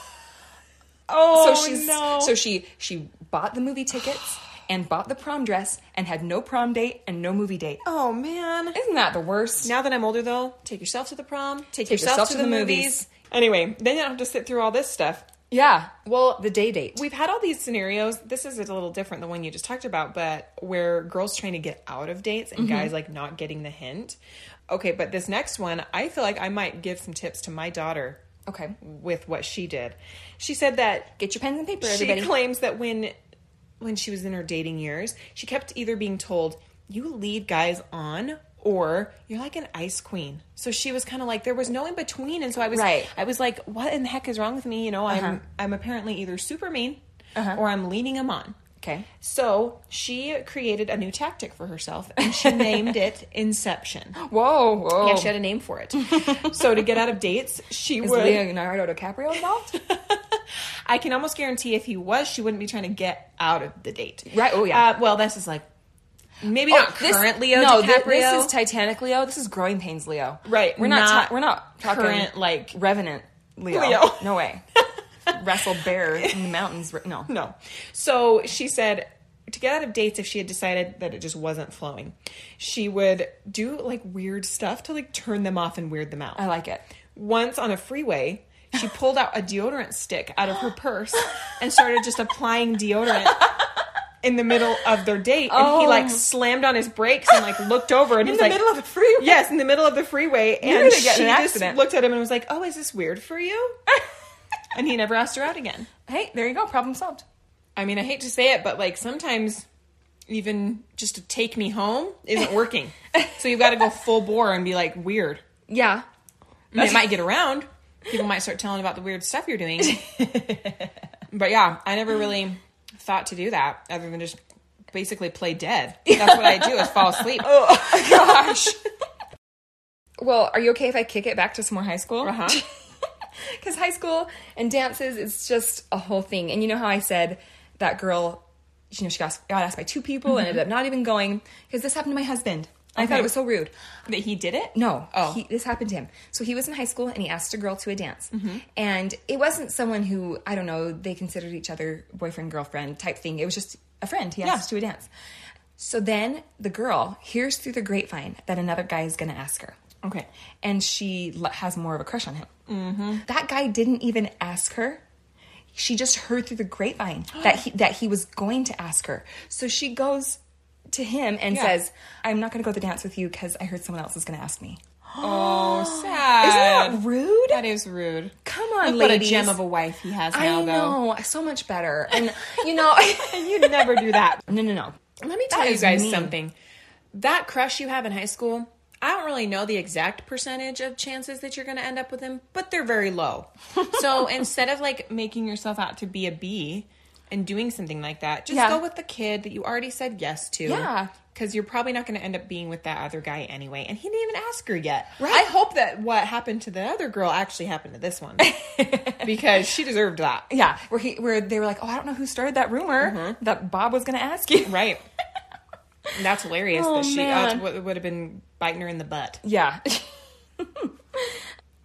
[SPEAKER 1] Oh,
[SPEAKER 2] so she's so she she bought the movie tickets and bought the prom dress and had no prom date and no movie date.
[SPEAKER 1] oh man.
[SPEAKER 2] Isn't that the worst?
[SPEAKER 1] Now that I'm older, though, take yourself to the prom. Take,
[SPEAKER 2] Take
[SPEAKER 1] yourself, to, the, movies. Anyway, then you don't have to sit through all this stuff.
[SPEAKER 2] Yeah.
[SPEAKER 1] Well,
[SPEAKER 2] The day date.
[SPEAKER 1] We've had all these scenarios. This is a little different than one you just talked about, but where girls trying to get out of dates and guys like not getting the hint. Okay, but this next one, I feel like I might give some tips to my daughter
[SPEAKER 2] Okay.
[SPEAKER 1] with what she did. She said that
[SPEAKER 2] Get your pens and paper, everybody.
[SPEAKER 1] She claims that when when she was in her dating years, she kept either being told, "You lead guys on," or "You're like an ice queen." So she was kind of like there was no in between, and so I was
[SPEAKER 2] Right. Uh-huh.
[SPEAKER 1] I was like, "What in the heck is wrong with me?" You know, I'm I'm apparently either super mean or I'm leading him on.
[SPEAKER 2] okay.
[SPEAKER 1] So she created a new tactic for herself, and she named it Inception.
[SPEAKER 2] Whoa, whoa.
[SPEAKER 1] Yeah, she had a name for it. so to get out of dates, she
[SPEAKER 2] Is
[SPEAKER 1] would.
[SPEAKER 2] Leonardo DiCaprio involved?
[SPEAKER 1] I can almost guarantee if he was, she wouldn't be trying to get out of the date.
[SPEAKER 2] Right, oh, yeah. Oh,
[SPEAKER 1] Uh, well, this is like maybe not
[SPEAKER 2] this-
[SPEAKER 1] current Leo
[SPEAKER 2] No, thi-
[SPEAKER 1] DiCaprio.
[SPEAKER 2] this is Titanic Leo. This is Growing Pains Leo.
[SPEAKER 1] Right,
[SPEAKER 2] We're not.
[SPEAKER 1] not
[SPEAKER 2] ta- we're not talking
[SPEAKER 1] current, like-
[SPEAKER 2] Revenant Leo.
[SPEAKER 1] Leo.
[SPEAKER 2] No way. Wrestle bear in the mountains. Re- No.
[SPEAKER 1] no. So she said to get out of dates if she had decided that it just wasn't flowing, she would do like weird stuff to like turn them off and weird them out.
[SPEAKER 2] I like it.
[SPEAKER 1] Once on a freeway, she pulled out a deodorant stick out of her purse and started just applying deodorant in the middle of their date. And he
[SPEAKER 2] Oh.
[SPEAKER 1] like slammed on his brakes and like looked over and he
[SPEAKER 2] In
[SPEAKER 1] was
[SPEAKER 2] the
[SPEAKER 1] like,
[SPEAKER 2] middle of the freeway.
[SPEAKER 1] Yes, in the middle of the freeway.
[SPEAKER 2] You're
[SPEAKER 1] And
[SPEAKER 2] gonna
[SPEAKER 1] she
[SPEAKER 2] get in an
[SPEAKER 1] just
[SPEAKER 2] accident.
[SPEAKER 1] looked at him and was like, Oh, is this weird for you? and he never asked her out again.
[SPEAKER 2] Hey, there you go. Problem solved.
[SPEAKER 1] I mean, I hate to say it, but like sometimes even just to take me home isn't working. so you've got to go full bore and be like weird.
[SPEAKER 2] Yeah.
[SPEAKER 1] I mean, it might get around. People might start telling about the weird stuff you're doing. but yeah, I never really thought to do that other than just basically play dead. That's what I do is fall asleep.
[SPEAKER 2] Oh gosh. well, are you okay if I kick it back to some more high school?
[SPEAKER 1] Uh-huh.
[SPEAKER 2] Because high school and dances is just a whole thing. And you know how I said that girl, you know, she got, got asked by two people and ended up not even going because this happened to my husband. I thought
[SPEAKER 1] Okay.
[SPEAKER 2] it was so rude.
[SPEAKER 1] That he did it?
[SPEAKER 2] No.
[SPEAKER 1] Oh.
[SPEAKER 2] He, this happened to him. So he was in high school and he asked a girl to a dance.
[SPEAKER 1] Mm-hmm.
[SPEAKER 2] And it wasn't someone who, I don't know, they considered each other boyfriend, girlfriend type thing. It was just a friend he asked
[SPEAKER 1] Yeah.
[SPEAKER 2] to a dance. So then the girl hears through the grapevine that another guy is going to ask her.
[SPEAKER 1] Okay.
[SPEAKER 2] And she l- has more of a crush on him.
[SPEAKER 1] Mm-hmm.
[SPEAKER 2] That guy didn't even ask her. She just heard through the grapevine that he, that he was going to ask her. So she goes to him and
[SPEAKER 1] Yeah.
[SPEAKER 2] says, "I'm not going to go to the dance with you because I heard someone else is going to ask me."
[SPEAKER 1] Oh,
[SPEAKER 2] Isn't
[SPEAKER 1] sad.
[SPEAKER 2] that rude?
[SPEAKER 1] That is rude.
[SPEAKER 2] Uh, Come on,
[SPEAKER 1] Look What
[SPEAKER 2] ladies.
[SPEAKER 1] a gem of a wife he has now,
[SPEAKER 2] I
[SPEAKER 1] though.
[SPEAKER 2] know, so much better. And you know,
[SPEAKER 1] You'd never do that.
[SPEAKER 2] no, no, no.
[SPEAKER 1] Let me tell
[SPEAKER 2] That
[SPEAKER 1] you
[SPEAKER 2] is
[SPEAKER 1] guys
[SPEAKER 2] mean.
[SPEAKER 1] something. That crush you have in high school, I don't really know the exact percentage of chances that you're going to end up with him, but they're very low. so instead of like making yourself out to be a bee and doing something like that, just
[SPEAKER 2] Yeah.
[SPEAKER 1] go with the kid that you already said yes to.
[SPEAKER 2] Yeah.
[SPEAKER 1] Because you're probably not going to end up being with that other guy anyway. And he didn't even ask her yet.
[SPEAKER 2] Right.
[SPEAKER 1] I hope that what happened to the other girl actually happened to this one because she deserved that.
[SPEAKER 2] Yeah, where he, where they were like, "Oh, I don't know who started that rumor
[SPEAKER 1] Mm-hmm.
[SPEAKER 2] that Bob was going to ask you."
[SPEAKER 1] Right. And That's hilarious
[SPEAKER 2] Oh,
[SPEAKER 1] that she
[SPEAKER 2] man.
[SPEAKER 1] uh, would have been biting her in the butt.
[SPEAKER 2] Yeah.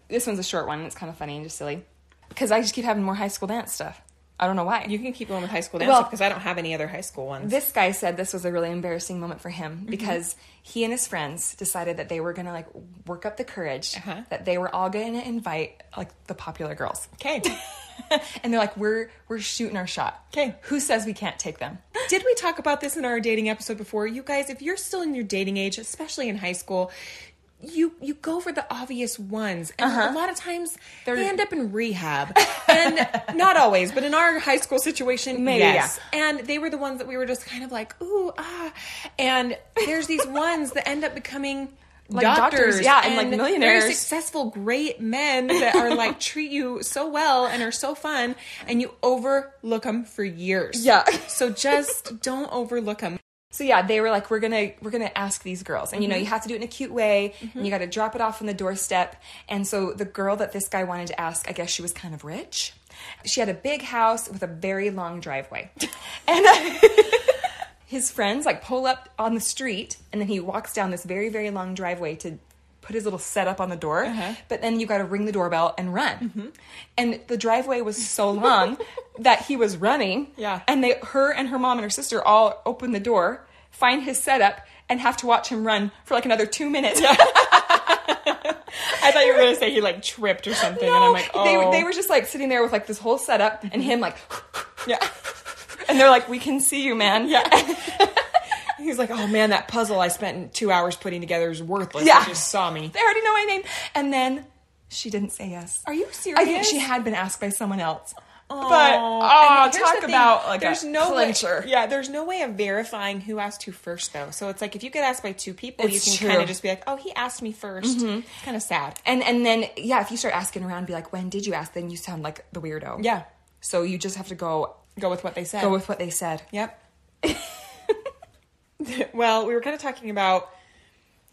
[SPEAKER 2] this one's a short one. and It's kind of funny and just silly because I just keep having more high school dance stuff. I don't know why.
[SPEAKER 1] You can keep going with high school dance
[SPEAKER 2] Well-
[SPEAKER 1] because I don't have any other high school ones.
[SPEAKER 2] this guy said this was a really embarrassing moment for him
[SPEAKER 1] Mm-hmm.
[SPEAKER 2] because he and his friends decided that they were gonna like work up the courage
[SPEAKER 1] Uh-huh.
[SPEAKER 2] that they were all gonna invite like the popular girls
[SPEAKER 1] okay.
[SPEAKER 2] and they're like we're we're shooting our shot
[SPEAKER 1] 'Kay.
[SPEAKER 2] who says we can't take them
[SPEAKER 1] Did we talk about this in our dating episode before? You guys, if you're still in your dating age, especially in high school, you you go for the obvious ones, and a lot of times
[SPEAKER 2] Uh-huh. They're-
[SPEAKER 1] they end up in rehab, and not always, but in our high school situation,
[SPEAKER 2] Maybe,
[SPEAKER 1] yes. And they were the ones that we were just kind of like, ooh, ah, and there's these ones that end up becoming.
[SPEAKER 2] Like doctors, yeah, and, like,
[SPEAKER 1] very
[SPEAKER 2] millionaires.
[SPEAKER 1] successful, great men that are like treat you so well and are so fun, and you overlook them for years.
[SPEAKER 2] Yeah.
[SPEAKER 1] So just don't overlook them.
[SPEAKER 2] so yeah they were like we're gonna we're gonna ask these girls and you know you have to do it in a cute way and you gotta drop it off on the doorstep and so the girl that this guy wanted to ask i guess she was kind of rich she had a big house with a very long driveway and his friends like pull up on the street and then he walks down this very very long driveway to put his little setup on the door
[SPEAKER 1] Uh-huh.
[SPEAKER 2] but then you got to ring the doorbell and run
[SPEAKER 1] Mm-hmm.
[SPEAKER 2] and the driveway was so long that he was running
[SPEAKER 1] Yeah.
[SPEAKER 2] and they her and her mom and her sister all open the door find his setup and have to watch him run for like another two minutes
[SPEAKER 1] I thought you were gonna say he like tripped or something, and I'm like, oh, Mm-hmm.
[SPEAKER 2] they, they were just like sitting there with like this whole setup and him like,
[SPEAKER 1] yeah.
[SPEAKER 2] and they're like, we can see you, man.
[SPEAKER 1] Yeah. He's like, oh man, that puzzle I spent two hours putting together is worthless.
[SPEAKER 2] Yeah.
[SPEAKER 1] You just saw me.
[SPEAKER 2] They already know my name. And then she didn't say yes.
[SPEAKER 1] Are you serious?
[SPEAKER 2] I think she had been asked by someone else. But
[SPEAKER 1] But oh,
[SPEAKER 2] and here's the
[SPEAKER 1] talk
[SPEAKER 2] thing,
[SPEAKER 1] about like
[SPEAKER 2] there's
[SPEAKER 1] a
[SPEAKER 2] no
[SPEAKER 1] clincher.
[SPEAKER 2] way.
[SPEAKER 1] Yeah, there's no way of verifying who asked who first though. So it's like if you get asked by two people,
[SPEAKER 2] It's
[SPEAKER 1] you can
[SPEAKER 2] true.
[SPEAKER 1] kind of just be like, oh, he asked me 1st It's kind of sad.
[SPEAKER 2] And and then yeah, if you start asking around, be like, when did you ask? Then you sound like the weirdo.
[SPEAKER 1] Yeah,
[SPEAKER 2] So you just have to go
[SPEAKER 1] go with what they said.
[SPEAKER 2] go with what they said.
[SPEAKER 1] Yep. well, we were kind of talking about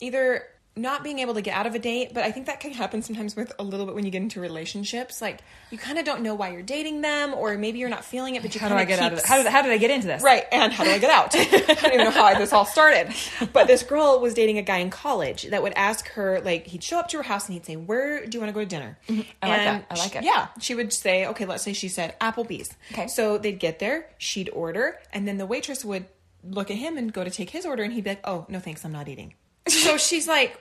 [SPEAKER 1] either not being able to get out of a date, but I think that can happen sometimes with a little bit when you get into relationships. Like you kind of don't know why you're dating them, or maybe you're not feeling it, but you
[SPEAKER 2] How
[SPEAKER 1] kind
[SPEAKER 2] do
[SPEAKER 1] of
[SPEAKER 2] I get
[SPEAKER 1] keep
[SPEAKER 2] out of this? How did, how did I get into this?
[SPEAKER 1] Right, and how do I get out? I don't even know how this all started. But this girl was dating a guy in college that would ask her, like, he'd show up to her house and he'd say, Where do you want to go to dinner?
[SPEAKER 2] Mm-hmm. I like
[SPEAKER 1] And
[SPEAKER 2] that. I like
[SPEAKER 1] she-
[SPEAKER 2] it.
[SPEAKER 1] Yeah. She would say, Okay, let's say she said Applebee's.
[SPEAKER 2] Okay.
[SPEAKER 1] So they'd get there, she'd order, and then the waitress would look at him and go to take his order, and he'd be like, Oh, no thanks, I'm not eating. So she's like,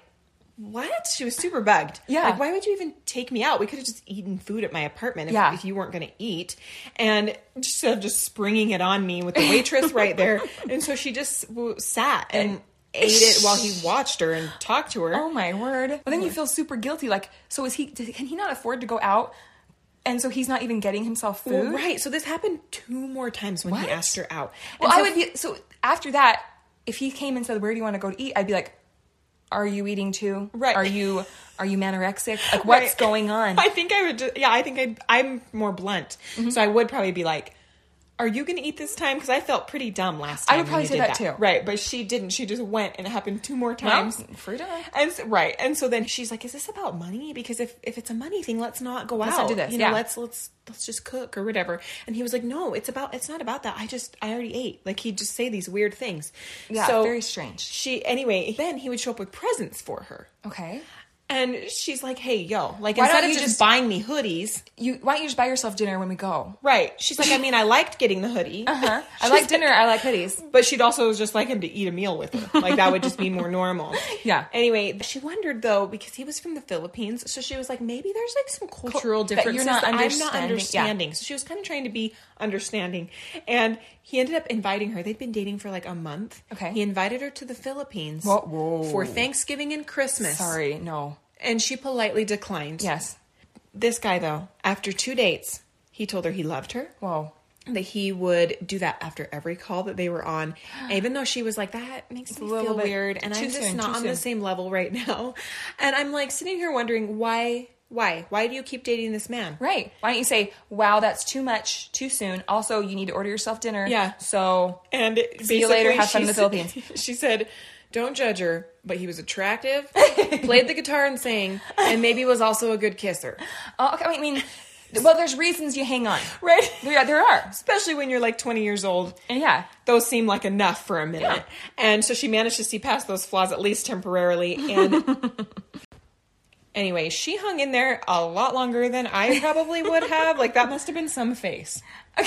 [SPEAKER 1] what? She was super bugged.
[SPEAKER 2] Yeah.
[SPEAKER 1] Like, why would you even take me out? We could have just eaten food at my apartment if,
[SPEAKER 2] Yeah.
[SPEAKER 1] if you weren't going to eat. And instead of just springing it on me with the waitress right there. And so she just w- sat and ate it while he watched her and talked to her.
[SPEAKER 2] Oh my word. But then you feel super guilty. Like, so is he? did- Can he not afford to go out? And so he's not even getting himself food.
[SPEAKER 1] Well, right. So this happened two more times when he
[SPEAKER 2] What?
[SPEAKER 1] asked her out.
[SPEAKER 2] Well,
[SPEAKER 1] And so
[SPEAKER 2] I would be so after that. If he came and said, "Where do you want to go to eat?" I'd be like, "Are you eating too?
[SPEAKER 1] Right.
[SPEAKER 2] Are you are you manorexic? Like, what's
[SPEAKER 1] Right.
[SPEAKER 2] going on?"
[SPEAKER 1] I think I would. Just, yeah, I think I'd, I'm more blunt, so I would probably be like, "Are you going to eat this time?" Because I felt pretty dumb last time.
[SPEAKER 2] I would
[SPEAKER 1] when
[SPEAKER 2] probably
[SPEAKER 1] you
[SPEAKER 2] say
[SPEAKER 1] did
[SPEAKER 2] that too.
[SPEAKER 1] Right, but she didn't. She just went, and it happened two more times.
[SPEAKER 2] freedom.
[SPEAKER 1] And so, right, and so then she's like, "Is this about money? Because if if it's a money thing, let's not go
[SPEAKER 2] Let's
[SPEAKER 1] out.
[SPEAKER 2] not do this,
[SPEAKER 1] You know,
[SPEAKER 2] yeah.
[SPEAKER 1] let's let's let's just cook or whatever." And he was like, "No, it's about it's not about that. I just I already ate." Like he'd just say these weird things.
[SPEAKER 2] Yeah,
[SPEAKER 1] so
[SPEAKER 2] very strange.
[SPEAKER 1] She anyway. Then he would show up with presents for her.
[SPEAKER 2] Okay.
[SPEAKER 1] And she's like, "Hey, yo! Like
[SPEAKER 2] Why don't
[SPEAKER 1] instead of
[SPEAKER 2] you
[SPEAKER 1] just
[SPEAKER 2] just-
[SPEAKER 1] buying me hoodies,
[SPEAKER 2] You why don't you just buy yourself dinner when we go?
[SPEAKER 1] Right. She's like, I mean, I liked getting the hoodie.
[SPEAKER 2] Huh? Uh-huh. I
[SPEAKER 1] She's
[SPEAKER 2] like dinner. I like hoodies.
[SPEAKER 1] But she'd also just like him to eat a meal with her. Like that would just be more normal.
[SPEAKER 2] Yeah.
[SPEAKER 1] Anyway, she wondered though because he was from the Philippines, so she was like, maybe there's like some cultural
[SPEAKER 2] that you're
[SPEAKER 1] differences
[SPEAKER 2] not
[SPEAKER 1] that I'm not
[SPEAKER 2] understanding. Yeah.
[SPEAKER 1] understanding. So she was kind of trying to be understanding, and he ended up inviting her. They'd been dating for like a month.
[SPEAKER 2] Okay.
[SPEAKER 1] He invited her to the Philippines
[SPEAKER 2] Whoa- whoa.
[SPEAKER 1] for Thanksgiving and Christmas.
[SPEAKER 2] Sorry, no.
[SPEAKER 1] And she politely declined.
[SPEAKER 2] Yes.
[SPEAKER 1] This guy though, after two dates, he told her he loved her
[SPEAKER 2] Whoa.
[SPEAKER 1] that he would do that after every call that they were on, even though she was like, "That makes me
[SPEAKER 2] a little
[SPEAKER 1] feel
[SPEAKER 2] bit
[SPEAKER 1] weird," and I'm
[SPEAKER 2] too
[SPEAKER 1] just
[SPEAKER 2] soon,
[SPEAKER 1] not
[SPEAKER 2] too
[SPEAKER 1] on the
[SPEAKER 2] soon.
[SPEAKER 1] same level right now. And I'm like sitting here wondering why, why, why do you keep dating this man?
[SPEAKER 2] Right. Why don't you say, "Wow, that's too much, too soon." Also, you need to order yourself dinner.
[SPEAKER 1] Yeah.
[SPEAKER 2] So
[SPEAKER 1] And
[SPEAKER 2] See you later,
[SPEAKER 1] basically
[SPEAKER 2] have fun
[SPEAKER 1] she
[SPEAKER 2] in the
[SPEAKER 1] said-
[SPEAKER 2] Philippines.
[SPEAKER 1] She said, "Don't judge her." But he was attractive, played the guitar and sang, and maybe was also a good kisser.
[SPEAKER 2] Oh, okay. I mean, well, there's reasons you hang on.
[SPEAKER 1] Right?
[SPEAKER 2] There, there are.
[SPEAKER 1] Especially when you're like 20 years old
[SPEAKER 2] And yeah.
[SPEAKER 1] those seem like enough for a minute.
[SPEAKER 2] Yeah.
[SPEAKER 1] And so she managed to see past those flaws at least temporarily. And anyway, she hung in there a lot longer than I probably would have. Like that must have been some face.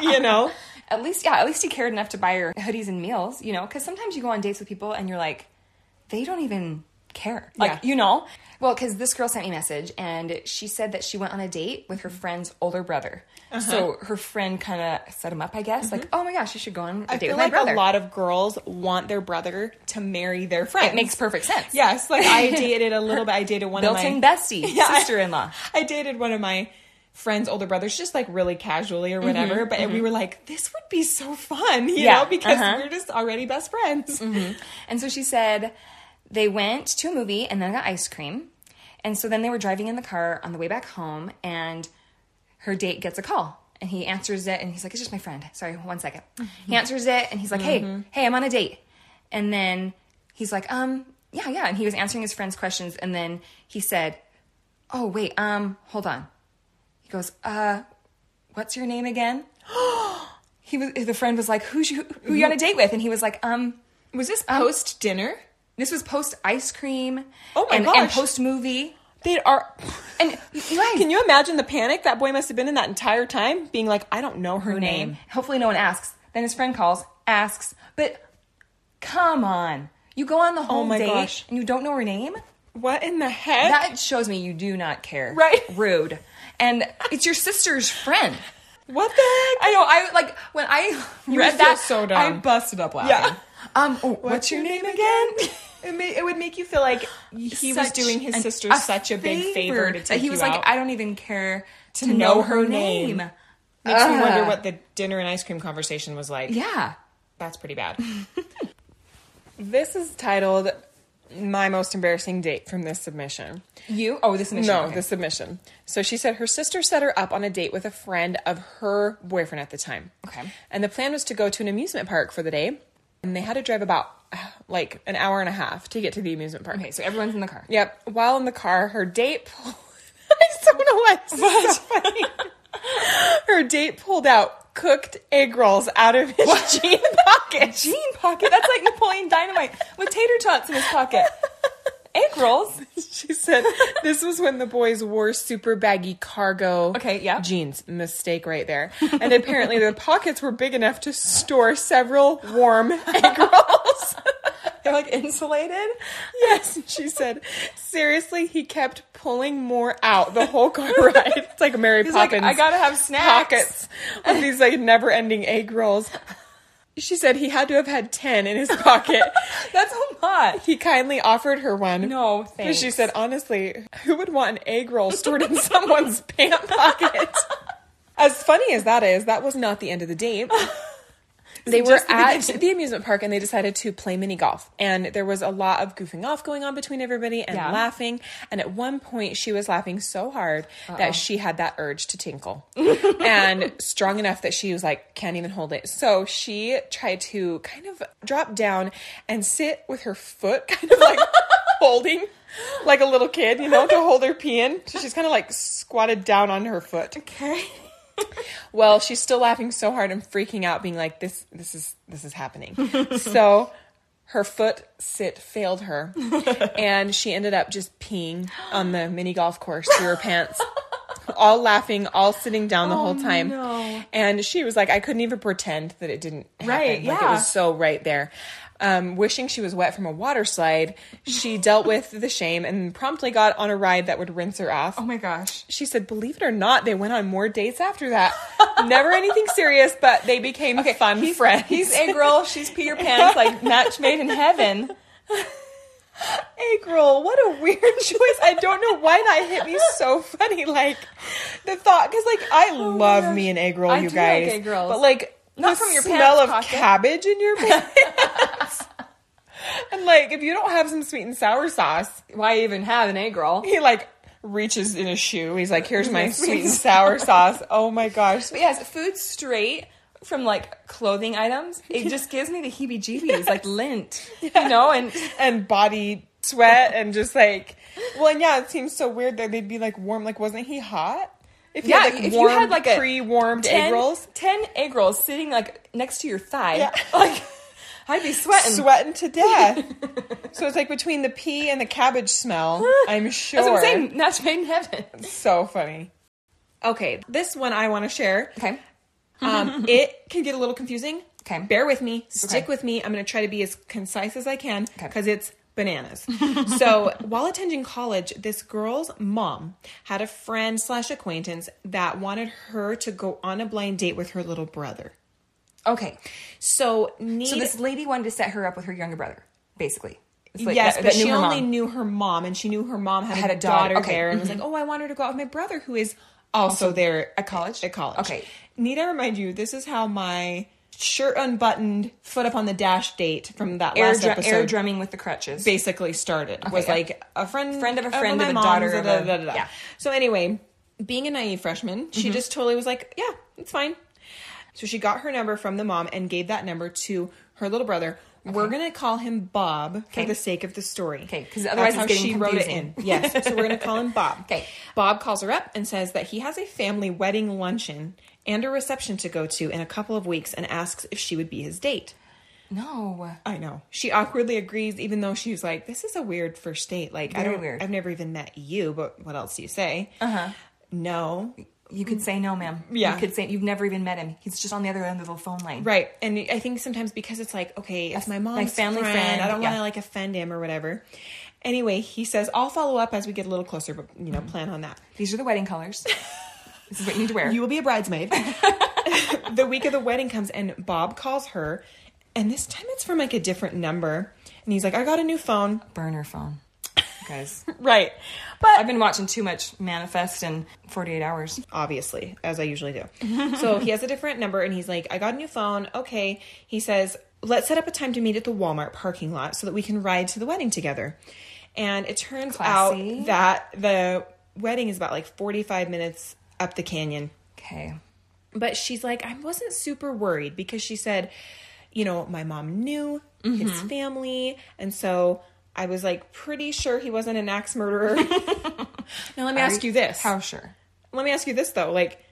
[SPEAKER 1] you know?
[SPEAKER 2] At least, yeah, at least he cared enough to buy her hoodies and meals, you know, because sometimes you go on dates with people and you're like, they don't even care. Like,
[SPEAKER 1] Yeah.
[SPEAKER 2] you know? Well, because this girl sent me a message and she said that she went on a date with her friend's older brother.
[SPEAKER 1] Uh-huh.
[SPEAKER 2] So her friend kind of set him up, I guess. Like, oh my gosh, you should go on a
[SPEAKER 1] Mm-hmm. I
[SPEAKER 2] date
[SPEAKER 1] feel
[SPEAKER 2] with my
[SPEAKER 1] like
[SPEAKER 2] brother.
[SPEAKER 1] a lot of girls want their brother to marry their friend.
[SPEAKER 2] it makes perfect sense.
[SPEAKER 1] Yes, like I dated a little bit. I dated one of my
[SPEAKER 2] Built-in bestie,
[SPEAKER 1] Yeah, I-
[SPEAKER 2] sister-in-law.
[SPEAKER 1] I dated one of my friend's older brothers just like really casually or whatever, but we were like, this would be so fun, you
[SPEAKER 2] Yeah,
[SPEAKER 1] know, because
[SPEAKER 2] uh-huh.
[SPEAKER 1] we're just already best friends.
[SPEAKER 2] And so she said they went to a movie and then got ice cream. And so then they were driving in the car on the way back home, and her date gets a call. And he answers it, and he's like, "It's just my friend." Sorry, one second. He answers it, and he's like, "Hey, hey, I'm on a date." And then he's like, "Um, yeah, yeah." And he was answering his friend's questions, and then he said, "Oh, wait, um, hold on." He goes, "Uh, what's your name again?" he was the friend was like, "Who's you? Who you on a date with?" And he was like, "Um,
[SPEAKER 1] Was this post dinner?
[SPEAKER 2] this was post ice cream.
[SPEAKER 1] Oh my
[SPEAKER 2] and,
[SPEAKER 1] gosh.
[SPEAKER 2] And post movie.
[SPEAKER 1] They are.
[SPEAKER 2] And guys,
[SPEAKER 1] Can you imagine the panic that boy must have been in that entire time, being like, I don't know her, name.
[SPEAKER 2] Hopefully, no one asks. Then his friend calls, asks, but come on, you go on the whole
[SPEAKER 1] my
[SPEAKER 2] date
[SPEAKER 1] gosh.
[SPEAKER 2] and you don't know her name.
[SPEAKER 1] What in the heck?
[SPEAKER 2] That shows me you do not care.
[SPEAKER 1] Right.
[SPEAKER 2] Rude. And it's your sister's friend.
[SPEAKER 1] what the heck?
[SPEAKER 2] I know. I like when I
[SPEAKER 1] feel
[SPEAKER 2] read that.
[SPEAKER 1] so dumb.
[SPEAKER 2] I busted up laughing.
[SPEAKER 1] Yeah.
[SPEAKER 2] Um. oh, what's, your name again?
[SPEAKER 1] It, may, it would make you feel like he was
[SPEAKER 2] Such
[SPEAKER 1] doing his
[SPEAKER 2] an-
[SPEAKER 1] sister such a big favor to
[SPEAKER 2] that
[SPEAKER 1] take
[SPEAKER 2] he was
[SPEAKER 1] you
[SPEAKER 2] like,
[SPEAKER 1] out.
[SPEAKER 2] I don't even care to,
[SPEAKER 1] know
[SPEAKER 2] know,
[SPEAKER 1] her
[SPEAKER 2] her
[SPEAKER 1] name."
[SPEAKER 2] name.
[SPEAKER 1] Makes me wonder
[SPEAKER 2] Ugh.
[SPEAKER 1] what the dinner and ice cream conversation was like.
[SPEAKER 2] Yeah.
[SPEAKER 1] That's pretty bad. this is titled My Most Embarrassing Date from this submission.
[SPEAKER 2] You? Oh, this mission.
[SPEAKER 1] No,
[SPEAKER 2] okay.
[SPEAKER 1] the submission. So she said her sister set her up on a date with a friend of her boyfriend at the time.
[SPEAKER 2] Okay.
[SPEAKER 1] And the plan was to go to an amusement park for the day. And they had to drive about uh, like an hour and a half to get to the amusement park.
[SPEAKER 2] Okay, so everyone's in the car.
[SPEAKER 1] Yep. While in the car, her date pulled. I don't know why this is so funny. Her date pulled out cooked egg rolls out of his jean pocket.
[SPEAKER 2] Jean pocket. That's like Napoleon Dynamite with tater tots in his pocket. Egg rolls.
[SPEAKER 1] She said this was when the boys wore super baggy cargo
[SPEAKER 2] Okay, yeah.
[SPEAKER 1] jeans. Mistake right there. And apparently the pockets were big enough to store several warm egg rolls.
[SPEAKER 2] They're like insulated.
[SPEAKER 1] yes, she said. Seriously, he kept pulling more out the whole car ride. It's like Mary
[SPEAKER 2] He's
[SPEAKER 1] Poppins.
[SPEAKER 2] like, I gotta have snacks.
[SPEAKER 1] pockets of these like never ending egg rolls. She said he had to have had 10 in his pocket.
[SPEAKER 2] That's a lot.
[SPEAKER 1] he kindly offered her one.
[SPEAKER 2] No,
[SPEAKER 1] But
[SPEAKER 2] thanks.
[SPEAKER 1] she said, honestly, who would want an egg roll stored in someone's pant pocket? As funny as that is, that was not the end of the date. They were
[SPEAKER 2] Just the
[SPEAKER 1] at the amusement park and they decided to play mini golf. And there was a lot of goofing off going on between everybody and
[SPEAKER 2] Yeah.
[SPEAKER 1] laughing. And at one point, she was laughing so hard that she had that urge to tinkle and strong enough that she was like, can't even hold it. So she tried to kind of drop down and sit with her foot kind of like holding. Like a little kid, you know, to hold her pee in. So she's kind of like squatted down on her foot.
[SPEAKER 2] Okay.
[SPEAKER 1] Well, she's still laughing so hard and freaking out, being like, "This, this is, this is happening." so, her foot sit failed her, and she ended up just peeing on the mini golf course through her pants. All laughing, all sitting down the whole time,
[SPEAKER 2] Oh, no.
[SPEAKER 1] and she was like, "I couldn't even pretend that it didn't happen.
[SPEAKER 2] Right,
[SPEAKER 1] like, it
[SPEAKER 2] yeah.
[SPEAKER 1] was so right there." Um, wishing she was wet from a water slide, she dealt with the shame and promptly got on a ride that would rinse her off
[SPEAKER 2] Oh my gosh.
[SPEAKER 1] she said, believe it or not, they went on more dates after that. Never anything serious, but they became fun friends.
[SPEAKER 2] He's egg roll. She's Peter Pan's like match made in heaven.
[SPEAKER 1] egg roll. What a weird choice. I don't know why that hit me so funny. Like the thought, because like I
[SPEAKER 2] Oh my
[SPEAKER 1] love
[SPEAKER 2] gosh.
[SPEAKER 1] me an egg roll,
[SPEAKER 2] I
[SPEAKER 1] you
[SPEAKER 2] do like
[SPEAKER 1] guys.
[SPEAKER 2] egg rolls.
[SPEAKER 1] But like
[SPEAKER 2] Not
[SPEAKER 1] the
[SPEAKER 2] from your
[SPEAKER 1] smell
[SPEAKER 2] pants
[SPEAKER 1] of
[SPEAKER 2] pocket.
[SPEAKER 1] cabbage in your pants. and like if you don't have some sweet and sour sauce,
[SPEAKER 2] Why even have an egg roll?
[SPEAKER 1] he like reaches in his shoe. He's like, here's my
[SPEAKER 2] my sweet
[SPEAKER 1] sweet and
[SPEAKER 2] and
[SPEAKER 1] sour sauce. Oh my gosh.
[SPEAKER 2] But yes, food straight from like clothing items. It just gives me the heebie-jeebies, like lint, you know. And
[SPEAKER 1] and body sweat and just like well and yeah it seems so weird that they'd be like warm like wasn't he hot if
[SPEAKER 2] Yeah, if you had, like, a
[SPEAKER 1] pre-warmed egg
[SPEAKER 2] ten-
[SPEAKER 1] rolls
[SPEAKER 2] ten egg rolls sitting like next to your thigh.
[SPEAKER 1] Yeah.
[SPEAKER 2] Like I'd be sweating.
[SPEAKER 1] sweating to death so it's like between the pea and the cabbage smell i'm sure
[SPEAKER 2] That's what I'm saying. Match made in heaven.
[SPEAKER 1] so funny okay this one i want to share
[SPEAKER 2] Okay.
[SPEAKER 1] um, it can get a little confusing
[SPEAKER 2] Okay.
[SPEAKER 1] bear with me stick
[SPEAKER 2] Okay.
[SPEAKER 1] with me i'm going to try to be as concise as i can
[SPEAKER 2] Okay.
[SPEAKER 1] because it's bananas so while attending college this girl's mom had a friend slash acquaintance that wanted her to go on a blind date with her little brother
[SPEAKER 2] Okay.
[SPEAKER 1] so need
[SPEAKER 2] So this lady wanted to set her up with her younger brother, basically. It's like-
[SPEAKER 1] yes,
[SPEAKER 2] that-
[SPEAKER 1] but
[SPEAKER 2] that knew
[SPEAKER 1] she
[SPEAKER 2] her
[SPEAKER 1] only
[SPEAKER 2] mom.
[SPEAKER 1] knew her mom, and she knew her mom had,
[SPEAKER 2] Had
[SPEAKER 1] a,
[SPEAKER 2] a
[SPEAKER 1] daughter,
[SPEAKER 2] daughter. Okay. mm-hmm.
[SPEAKER 1] there, and was like, "Oh, I want her to go out with my brother, who is also, there at college." At college,
[SPEAKER 2] Okay.
[SPEAKER 1] Need I remind you? This is how my shirt unbuttoned, foot up on the dash date from that
[SPEAKER 2] air,
[SPEAKER 1] last
[SPEAKER 2] dru-
[SPEAKER 1] episode
[SPEAKER 2] air drumming with the crutches.
[SPEAKER 1] basically started was
[SPEAKER 2] yeah.
[SPEAKER 1] like a friend
[SPEAKER 2] Friend of a friend
[SPEAKER 1] my
[SPEAKER 2] of a
[SPEAKER 1] mom's,
[SPEAKER 2] daughter
[SPEAKER 1] da,
[SPEAKER 2] of
[SPEAKER 1] da,
[SPEAKER 2] a-
[SPEAKER 1] da, da, da.
[SPEAKER 2] yeah. Mm-hmm.
[SPEAKER 1] so anyway being a naive freshman she just totally was like yeah it's fine so she got her number from the mom and gave that number to her little brother we're gonna call him bob for
[SPEAKER 2] Okay.
[SPEAKER 1] the sake of the story
[SPEAKER 2] Okay, 'cause otherwise
[SPEAKER 1] That's
[SPEAKER 2] it's
[SPEAKER 1] how
[SPEAKER 2] getting
[SPEAKER 1] she wrote it in
[SPEAKER 2] confusing.
[SPEAKER 1] yes so we're gonna call him bob
[SPEAKER 2] Okay.
[SPEAKER 1] bob calls her up and says that he has a family wedding luncheon and a reception to go to in a couple of weeks and asks if she would be his date
[SPEAKER 2] No.
[SPEAKER 1] I know. She awkwardly agrees, even though she's like, "This is a weird first date. Like, I
[SPEAKER 2] Very
[SPEAKER 1] don't.
[SPEAKER 2] weird. Uh-huh.
[SPEAKER 1] I've never even met you, but what else do you say? Uh huh. No.
[SPEAKER 2] you could say no, ma'am.
[SPEAKER 1] Yeah.
[SPEAKER 2] You could say you've never even met him. He's just on the other end of the phone line.
[SPEAKER 1] Right. And I think sometimes because it's like, okay, it's my mom's family
[SPEAKER 2] family
[SPEAKER 1] friend.
[SPEAKER 2] friend,
[SPEAKER 1] I don't want
[SPEAKER 2] yeah.
[SPEAKER 1] to like offend him or whatever. Anyway, he says, I'll follow up as we get a little closer, but you know,
[SPEAKER 2] Mm-hmm.
[SPEAKER 1] plan on that.
[SPEAKER 2] These are the wedding colors. this is what you need to wear.
[SPEAKER 1] You will be a bridesmaid. the week of the wedding comes and Bob calls her, and this time it's from like a different number. And he's like, I got a new phone.
[SPEAKER 2] Burner phone. Guys,
[SPEAKER 1] Right.
[SPEAKER 2] I've been watching too much Manifest in 48 hours.
[SPEAKER 1] obviously, as I usually do. so he has a different number and he's like, I got a new phone. Okay. He says, Let's set up a time to meet at the Walmart parking lot so that we can ride to the wedding together. And it turns
[SPEAKER 2] Classy.
[SPEAKER 1] out that the wedding is about like 45 minutes up the canyon.
[SPEAKER 2] Okay.
[SPEAKER 1] But she's like, I wasn't super worried because she said, you know, my mom knew his
[SPEAKER 2] Mm-hmm.
[SPEAKER 1] family. And so I was like, pretty sure he wasn't an axe murderer. now, let me ask you this
[SPEAKER 2] How sure?
[SPEAKER 1] let me ask you this though like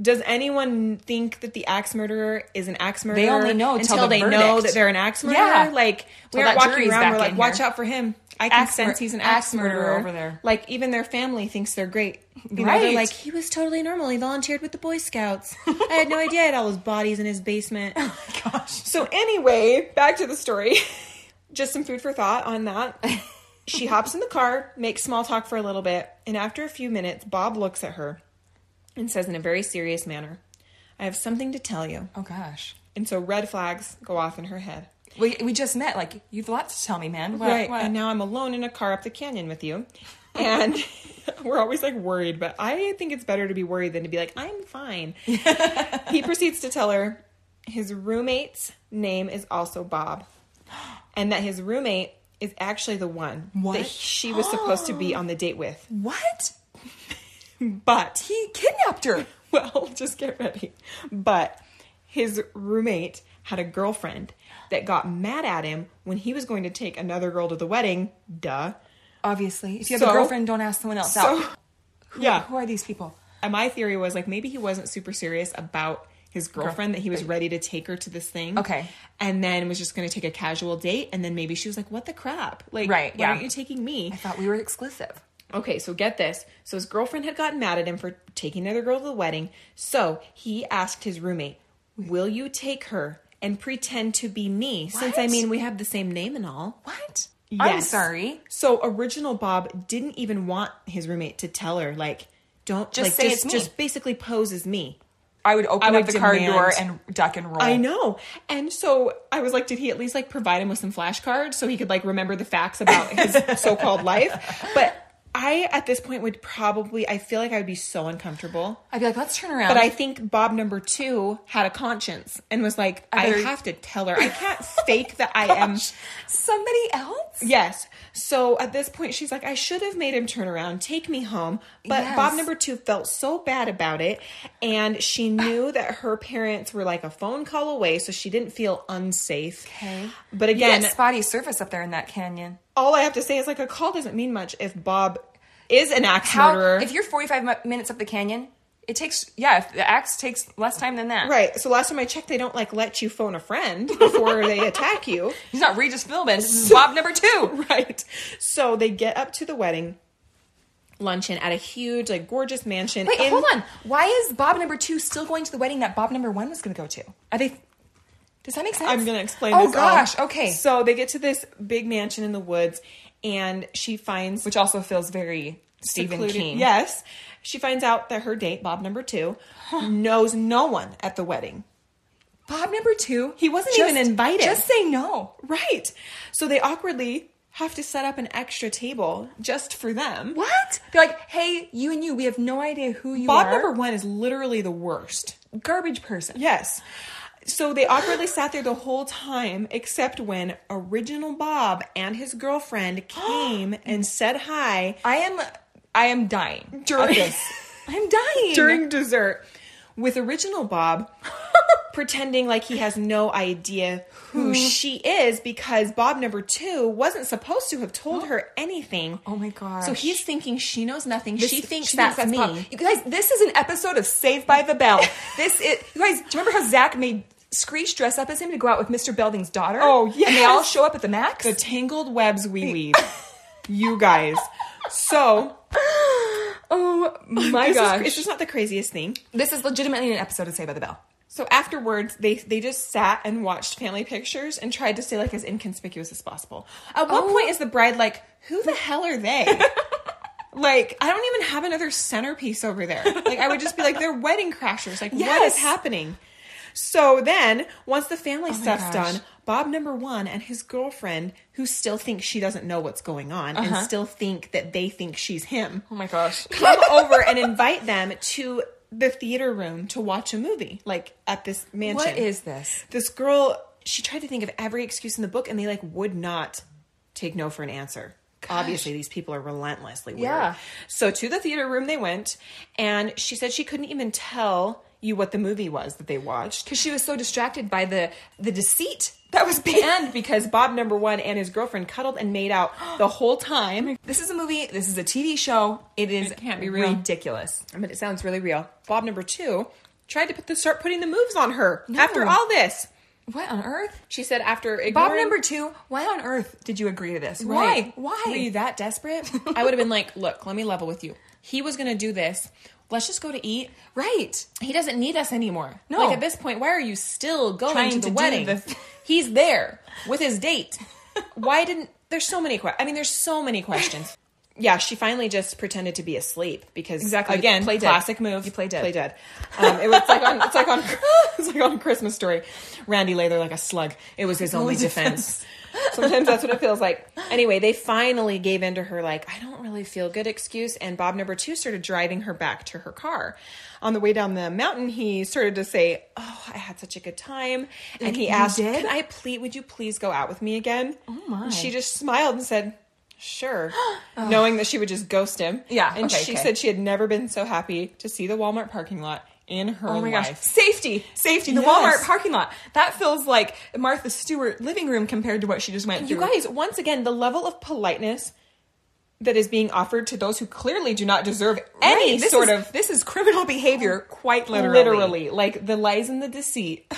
[SPEAKER 1] does anyone think that the axe murderer is an axe murderer?
[SPEAKER 2] only know till
[SPEAKER 1] until
[SPEAKER 2] the
[SPEAKER 1] they know
[SPEAKER 2] verdict.
[SPEAKER 1] that they're an axe murderer.
[SPEAKER 2] Yeah.
[SPEAKER 1] Like
[SPEAKER 2] Till
[SPEAKER 1] we're
[SPEAKER 2] that jury's
[SPEAKER 1] walking around,
[SPEAKER 2] back
[SPEAKER 1] we're
[SPEAKER 2] in
[SPEAKER 1] like, watch
[SPEAKER 2] here.
[SPEAKER 1] out for him. I can
[SPEAKER 2] Axe mur-
[SPEAKER 1] sense he's an
[SPEAKER 2] axe
[SPEAKER 1] axe,
[SPEAKER 2] murderer
[SPEAKER 1] murderer.
[SPEAKER 2] over there.
[SPEAKER 1] Like even their family thinks they're great. You know, they're
[SPEAKER 2] Right.
[SPEAKER 1] like he was totally normal. He volunteered with the Boy Scouts. I had no idea I had all his bodies in his basement.
[SPEAKER 2] Oh Gosh.
[SPEAKER 1] So anyway, back to the story. Just some food for thought on that. she hops in the car, makes small talk for a little bit, and after a few minutes, Bob looks at her and says in a very serious manner, "I have something to tell you."
[SPEAKER 2] Oh, gosh.
[SPEAKER 1] And so red flags go off in her head.
[SPEAKER 2] We, we just met. Like, you've a lot to tell me, man. What,
[SPEAKER 1] right.
[SPEAKER 2] what?
[SPEAKER 1] And now I'm alone in a car up the canyon with you. And we're always like worried, but I think it's better to be worried than to be like, I'm fine. he proceeds to tell her his roommate's name is also Bob and that his roommate is actually the one
[SPEAKER 2] What?
[SPEAKER 1] that she was supposed to be on the date with.
[SPEAKER 2] What?
[SPEAKER 1] But,
[SPEAKER 2] He kidnapped her.
[SPEAKER 1] well, just get ready. But his roommate had a girlfriend that got mad at him when he was going to take another girl to the wedding. Duh.
[SPEAKER 2] Obviously. If you have
[SPEAKER 1] So-
[SPEAKER 2] a girlfriend, don't ask someone else
[SPEAKER 1] So,
[SPEAKER 2] out. Who,
[SPEAKER 1] yeah.
[SPEAKER 2] Who are these people?
[SPEAKER 1] And my theory was like maybe he wasn't super serious about his girlfriend that he was ready to take her to this thing.
[SPEAKER 2] Okay.
[SPEAKER 1] And then was just going to take a casual date. And then maybe she was like, what the crap? Like,
[SPEAKER 2] Right,
[SPEAKER 1] why
[SPEAKER 2] yeah.
[SPEAKER 1] aren't you taking me?
[SPEAKER 2] I thought we were exclusive.
[SPEAKER 1] Okay, so get this. So his girlfriend had gotten mad at him for taking another girl to the wedding. So he asked his roommate, will you take her and pretend to be me? Since I
[SPEAKER 2] What?
[SPEAKER 1] mean, we have the same name and all.
[SPEAKER 2] What? I'm
[SPEAKER 1] Yes.
[SPEAKER 2] sorry.
[SPEAKER 1] So original Bob didn't even want his roommate to tell her like don't
[SPEAKER 2] Just
[SPEAKER 1] like,
[SPEAKER 2] say
[SPEAKER 1] just,
[SPEAKER 2] it's me.
[SPEAKER 1] just basically pose as me.
[SPEAKER 2] I would open
[SPEAKER 1] I
[SPEAKER 2] up
[SPEAKER 1] would
[SPEAKER 2] the car
[SPEAKER 1] demand-
[SPEAKER 2] door and duck and roll.
[SPEAKER 1] I know. And so I was like, did he at least like provide him with some flashcards so he could like remember the facts about his so called life? But I at this point would probably I feel like I would be so uncomfortable.
[SPEAKER 2] I'd be like, let's turn around.
[SPEAKER 1] But I think Bob number two had a conscience and was like, I,
[SPEAKER 2] better-
[SPEAKER 1] have to tell her. I can't fake that I am
[SPEAKER 2] somebody else.
[SPEAKER 1] Yes. So at this point, she's like, I should have made him turn around, take me home. But
[SPEAKER 2] Yes.
[SPEAKER 1] Bob number two felt so bad about it. And she
[SPEAKER 2] Ah.
[SPEAKER 1] knew that her parents were like a phone call away, so she didn't feel unsafe.
[SPEAKER 2] Okay.
[SPEAKER 1] But
[SPEAKER 2] Yeah,
[SPEAKER 1] again,
[SPEAKER 2] spotty surface up there in that canyon.
[SPEAKER 1] all I have to say is like a call doesn't mean much if Bob is an axe
[SPEAKER 2] How?
[SPEAKER 1] murderer.
[SPEAKER 2] If you're 45 mi- minutes up the canyon, it takes. Yeah, if the axe takes less time than that.
[SPEAKER 1] right. So last time I checked, they don't like let you phone a friend before they attack you.
[SPEAKER 2] He's not Regis Philbin. This is Bob number two.
[SPEAKER 1] Right. So they get up to the wedding luncheon at a huge, like gorgeous mansion.
[SPEAKER 2] Wait,
[SPEAKER 1] in-
[SPEAKER 2] hold on. Why is Bob number two still going to the wedding that Bob number one was going to go to? Are they? Does that make sense?
[SPEAKER 1] I'm gonna explain.
[SPEAKER 2] Oh
[SPEAKER 1] this all.
[SPEAKER 2] gosh. Okay.
[SPEAKER 1] So they get to this big mansion in the woods, and she finds
[SPEAKER 2] Which also feels very Stephen
[SPEAKER 1] secluded-
[SPEAKER 2] King.
[SPEAKER 1] Yes, she finds out that her date, Bob number two, knows no one at the wedding.
[SPEAKER 2] Bob number two.
[SPEAKER 1] He wasn't
[SPEAKER 2] just-
[SPEAKER 1] even invited.
[SPEAKER 2] Just say no.
[SPEAKER 1] Right. So they awkwardly have to set up an extra table just for them.
[SPEAKER 2] What? They're like, hey, you and you, we have no idea who you
[SPEAKER 1] Bob
[SPEAKER 2] are.
[SPEAKER 1] number one is literally the worst.
[SPEAKER 2] garbage person.
[SPEAKER 1] Yes. So they awkwardly sat there the whole time, except when original Bob and his girlfriend came and said hi.
[SPEAKER 2] I am I am dying.
[SPEAKER 1] During-
[SPEAKER 2] of this. I'm dying.
[SPEAKER 1] during dessert with original Bob pretending like he has no idea who she is because Bob number 2 wasn't supposed to have told her anything.
[SPEAKER 2] Oh my gosh.
[SPEAKER 1] So he's thinking she knows nothing. she thinks
[SPEAKER 2] She
[SPEAKER 1] that's, me.
[SPEAKER 2] Bob. You guys, this is an episode of Saved by the Bell. this is you guys, do you remember how Zach made Screech dress up as him to go out with Mr. Belding's daughter?
[SPEAKER 1] Oh,
[SPEAKER 2] And they all
[SPEAKER 1] yes.
[SPEAKER 2] show up at the max?
[SPEAKER 1] The tangled webs we weave. you guys. So
[SPEAKER 2] Oh my
[SPEAKER 1] This is-
[SPEAKER 2] gosh.
[SPEAKER 1] it's just not the craziest thing.
[SPEAKER 2] this is legitimately an episode of Saved by the Bell.
[SPEAKER 1] So afterwards, they they just sat and watched family pictures and tried to stay like as inconspicuous as possible. At what
[SPEAKER 2] Oh.
[SPEAKER 1] point is the bride like, "Who the hell are they?" like, I don't even have another centerpiece over there. Like, I would just be like, "They're wedding crashers." Like, what
[SPEAKER 2] Yes. Oh
[SPEAKER 1] is happening? So then, once the family stuff's
[SPEAKER 2] gosh.
[SPEAKER 1] done, Bob number one and his girlfriend, who still thinks she doesn't know what's going on
[SPEAKER 2] Uh-huh.
[SPEAKER 1] and still think that they think she's him,
[SPEAKER 2] Oh my gosh.
[SPEAKER 1] come over and invite them to the theater room to watch a movie, like at this mansion.
[SPEAKER 2] What is this?
[SPEAKER 1] this girl? She tried to think of every excuse in the book, and they like would not take no for an answer. Obviously, these people are relentlessly weird.
[SPEAKER 2] Yeah.
[SPEAKER 1] So to the theater room they went, and she said she couldn't even tell you what the movie was that they watched.
[SPEAKER 2] Because she was so distracted by the the deceit.
[SPEAKER 1] That was banned because Bob number one and his girlfriend cuddled and made out the whole time.
[SPEAKER 2] This is a movie. This is a TV show. It is
[SPEAKER 1] can't be real.
[SPEAKER 2] ridiculous.
[SPEAKER 1] but it sounds really real. Bob number two tried to put the, start putting the moves on her
[SPEAKER 2] No.
[SPEAKER 1] after all this.
[SPEAKER 2] What on earth?
[SPEAKER 1] She said after
[SPEAKER 2] Bob
[SPEAKER 1] ignoring,
[SPEAKER 2] number two. Why on earth did you agree to this?
[SPEAKER 1] Right.
[SPEAKER 2] Why?
[SPEAKER 1] were you
[SPEAKER 2] Why?
[SPEAKER 1] that desperate? I would have been like, look, let me level with you. He was gonna do this. Let's just go to eat.
[SPEAKER 2] Right.
[SPEAKER 1] He doesn't need us anymore.
[SPEAKER 2] No.
[SPEAKER 1] Like at this point, why are you still going
[SPEAKER 2] Trying
[SPEAKER 1] to the
[SPEAKER 2] to do
[SPEAKER 1] wedding?
[SPEAKER 2] the-
[SPEAKER 1] He's there with his date. why didn't? There's so many. Que- I mean, there's so many questions. Yeah, she finally just pretended to be asleep because
[SPEAKER 2] Exactly.
[SPEAKER 1] again,
[SPEAKER 2] Play dead.
[SPEAKER 1] classic move.
[SPEAKER 2] You play dead.
[SPEAKER 1] Play dead. Um, it was like on, it's like on it's like on Christmas Story. Randy lay there like a slug. It was his only defense. Sometimes that's what it feels like. Anyway, they finally gave in to her like I don't really feel good excuse, and Bob number two started driving her back to her car. On the way down the mountain, he started to say, "Oh, I had such a good time," and he
[SPEAKER 2] you
[SPEAKER 1] asked,
[SPEAKER 2] did?
[SPEAKER 1] "Can I please? Would you please go out with me again?" Oh
[SPEAKER 2] my.
[SPEAKER 1] she just smiled and said. Sure, knowing that she would just ghost him.
[SPEAKER 2] Yeah,
[SPEAKER 1] and
[SPEAKER 2] okay,
[SPEAKER 1] she
[SPEAKER 2] okay.
[SPEAKER 1] said she had never been so happy to see the Walmart parking lot in her
[SPEAKER 2] Oh my
[SPEAKER 1] life.
[SPEAKER 2] gosh. Safety. Safety. The
[SPEAKER 1] Yes.
[SPEAKER 2] Walmart parking lot. That feels like Martha Stewart living room compared to what she just went
[SPEAKER 1] You
[SPEAKER 2] through.
[SPEAKER 1] guys, once again, the level of politeness that is being offered to those who clearly do not deserve any
[SPEAKER 2] Right. This
[SPEAKER 1] sort
[SPEAKER 2] is-
[SPEAKER 1] of
[SPEAKER 2] this is criminal behavior quite literally.
[SPEAKER 1] literally. like the lies and the deceit.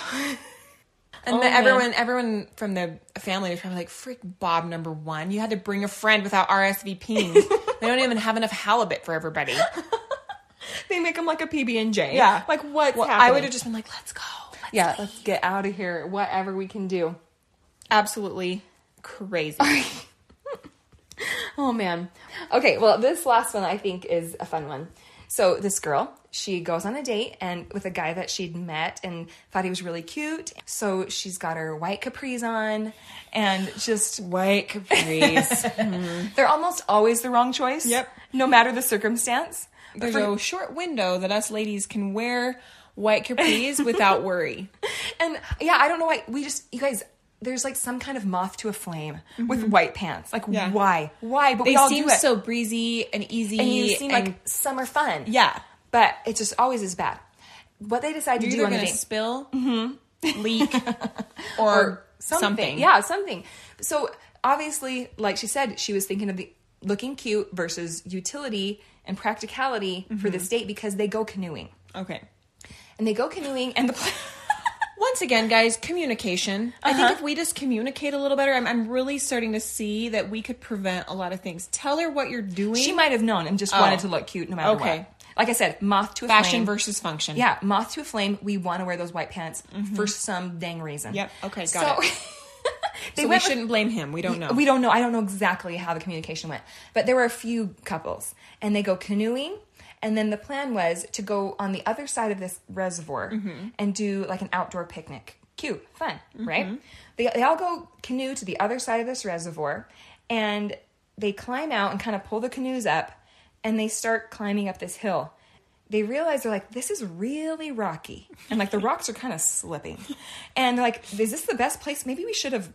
[SPEAKER 1] And
[SPEAKER 2] Oh,
[SPEAKER 1] the,
[SPEAKER 2] man.
[SPEAKER 1] everyone, everyone from the family was probably like, "Freak Bob number one, you had to bring a friend without RSVPing. they don't even have enough halibut for everybody."
[SPEAKER 2] They make them like a PB and J.
[SPEAKER 1] Yeah.
[SPEAKER 2] Like what's
[SPEAKER 1] Well,
[SPEAKER 2] happening?
[SPEAKER 1] I would have just been like, "Let's go." Let's
[SPEAKER 2] Yeah,
[SPEAKER 1] leave."
[SPEAKER 2] let's get out of here. Whatever we can do.
[SPEAKER 1] absolutely crazy.
[SPEAKER 2] Oh man. Okay, well, this last one I think is a fun one. So this girl, she goes on a date and with a guy that she'd met and thought he was really cute. So she's got her white capris on and just
[SPEAKER 1] White capris.
[SPEAKER 2] they're almost always the wrong choice.
[SPEAKER 1] Yep.
[SPEAKER 2] No matter the circumstance. But
[SPEAKER 1] There's
[SPEAKER 2] for-
[SPEAKER 1] a short window that us ladies can wear white capris without worry.
[SPEAKER 2] And yeah, I don't know why we just you guys. There's like some kind of moth to a flame with white pants. Like
[SPEAKER 1] Mm-hmm. Yeah.
[SPEAKER 2] why? Why? But
[SPEAKER 1] They
[SPEAKER 2] we all
[SPEAKER 1] seem
[SPEAKER 2] do it.
[SPEAKER 1] so breezy and easy.
[SPEAKER 2] and you seem
[SPEAKER 1] and
[SPEAKER 2] like summer fun.
[SPEAKER 1] Yeah.
[SPEAKER 2] but it just always is bad. What they decide to
[SPEAKER 1] you're
[SPEAKER 2] do
[SPEAKER 1] either
[SPEAKER 2] on the
[SPEAKER 1] gonna
[SPEAKER 2] date
[SPEAKER 1] spill, leak, or, something.
[SPEAKER 2] Yeah, something. So obviously, like she said, she was thinking of the looking cute versus utility and practicality for
[SPEAKER 1] Mm-hmm.
[SPEAKER 2] this date because they go canoeing
[SPEAKER 1] Okay.
[SPEAKER 2] and they go canoeing and the. Pl-
[SPEAKER 1] Once again, guys, communication. I think if we just communicate a little better, I'm, I'm really starting to see that we could prevent a lot of things. Tell her what you're doing.
[SPEAKER 2] She might have known and just
[SPEAKER 1] Oh.
[SPEAKER 2] wanted to look cute no matter
[SPEAKER 1] Okay.
[SPEAKER 2] what. Like I said, moth to a
[SPEAKER 1] Fashion
[SPEAKER 2] flame.
[SPEAKER 1] versus function.
[SPEAKER 2] yeah, moth to a flame. We want to wear those white pants for some dang reason.
[SPEAKER 1] Mm-hmm. Yep. Okay, got
[SPEAKER 2] so,
[SPEAKER 1] it. So we
[SPEAKER 2] they went with-
[SPEAKER 1] shouldn't blame him. We don't know.
[SPEAKER 2] We don't know. I don't know exactly how the communication went, but there were a few couples, and they go canoeing, and then the plan was to go on the other side of this reservoir
[SPEAKER 1] Mm-hmm.
[SPEAKER 2] and do like an outdoor picnic. Cute, fun, right? They, they all go canoe to the other side of this reservoir, and they climb out and kind of pull the canoes up, and they start climbing up this hill. They realize they're like, this is really rocky. And like the rocks are kind of slipping. And they're like, is this the best place? Maybe we should have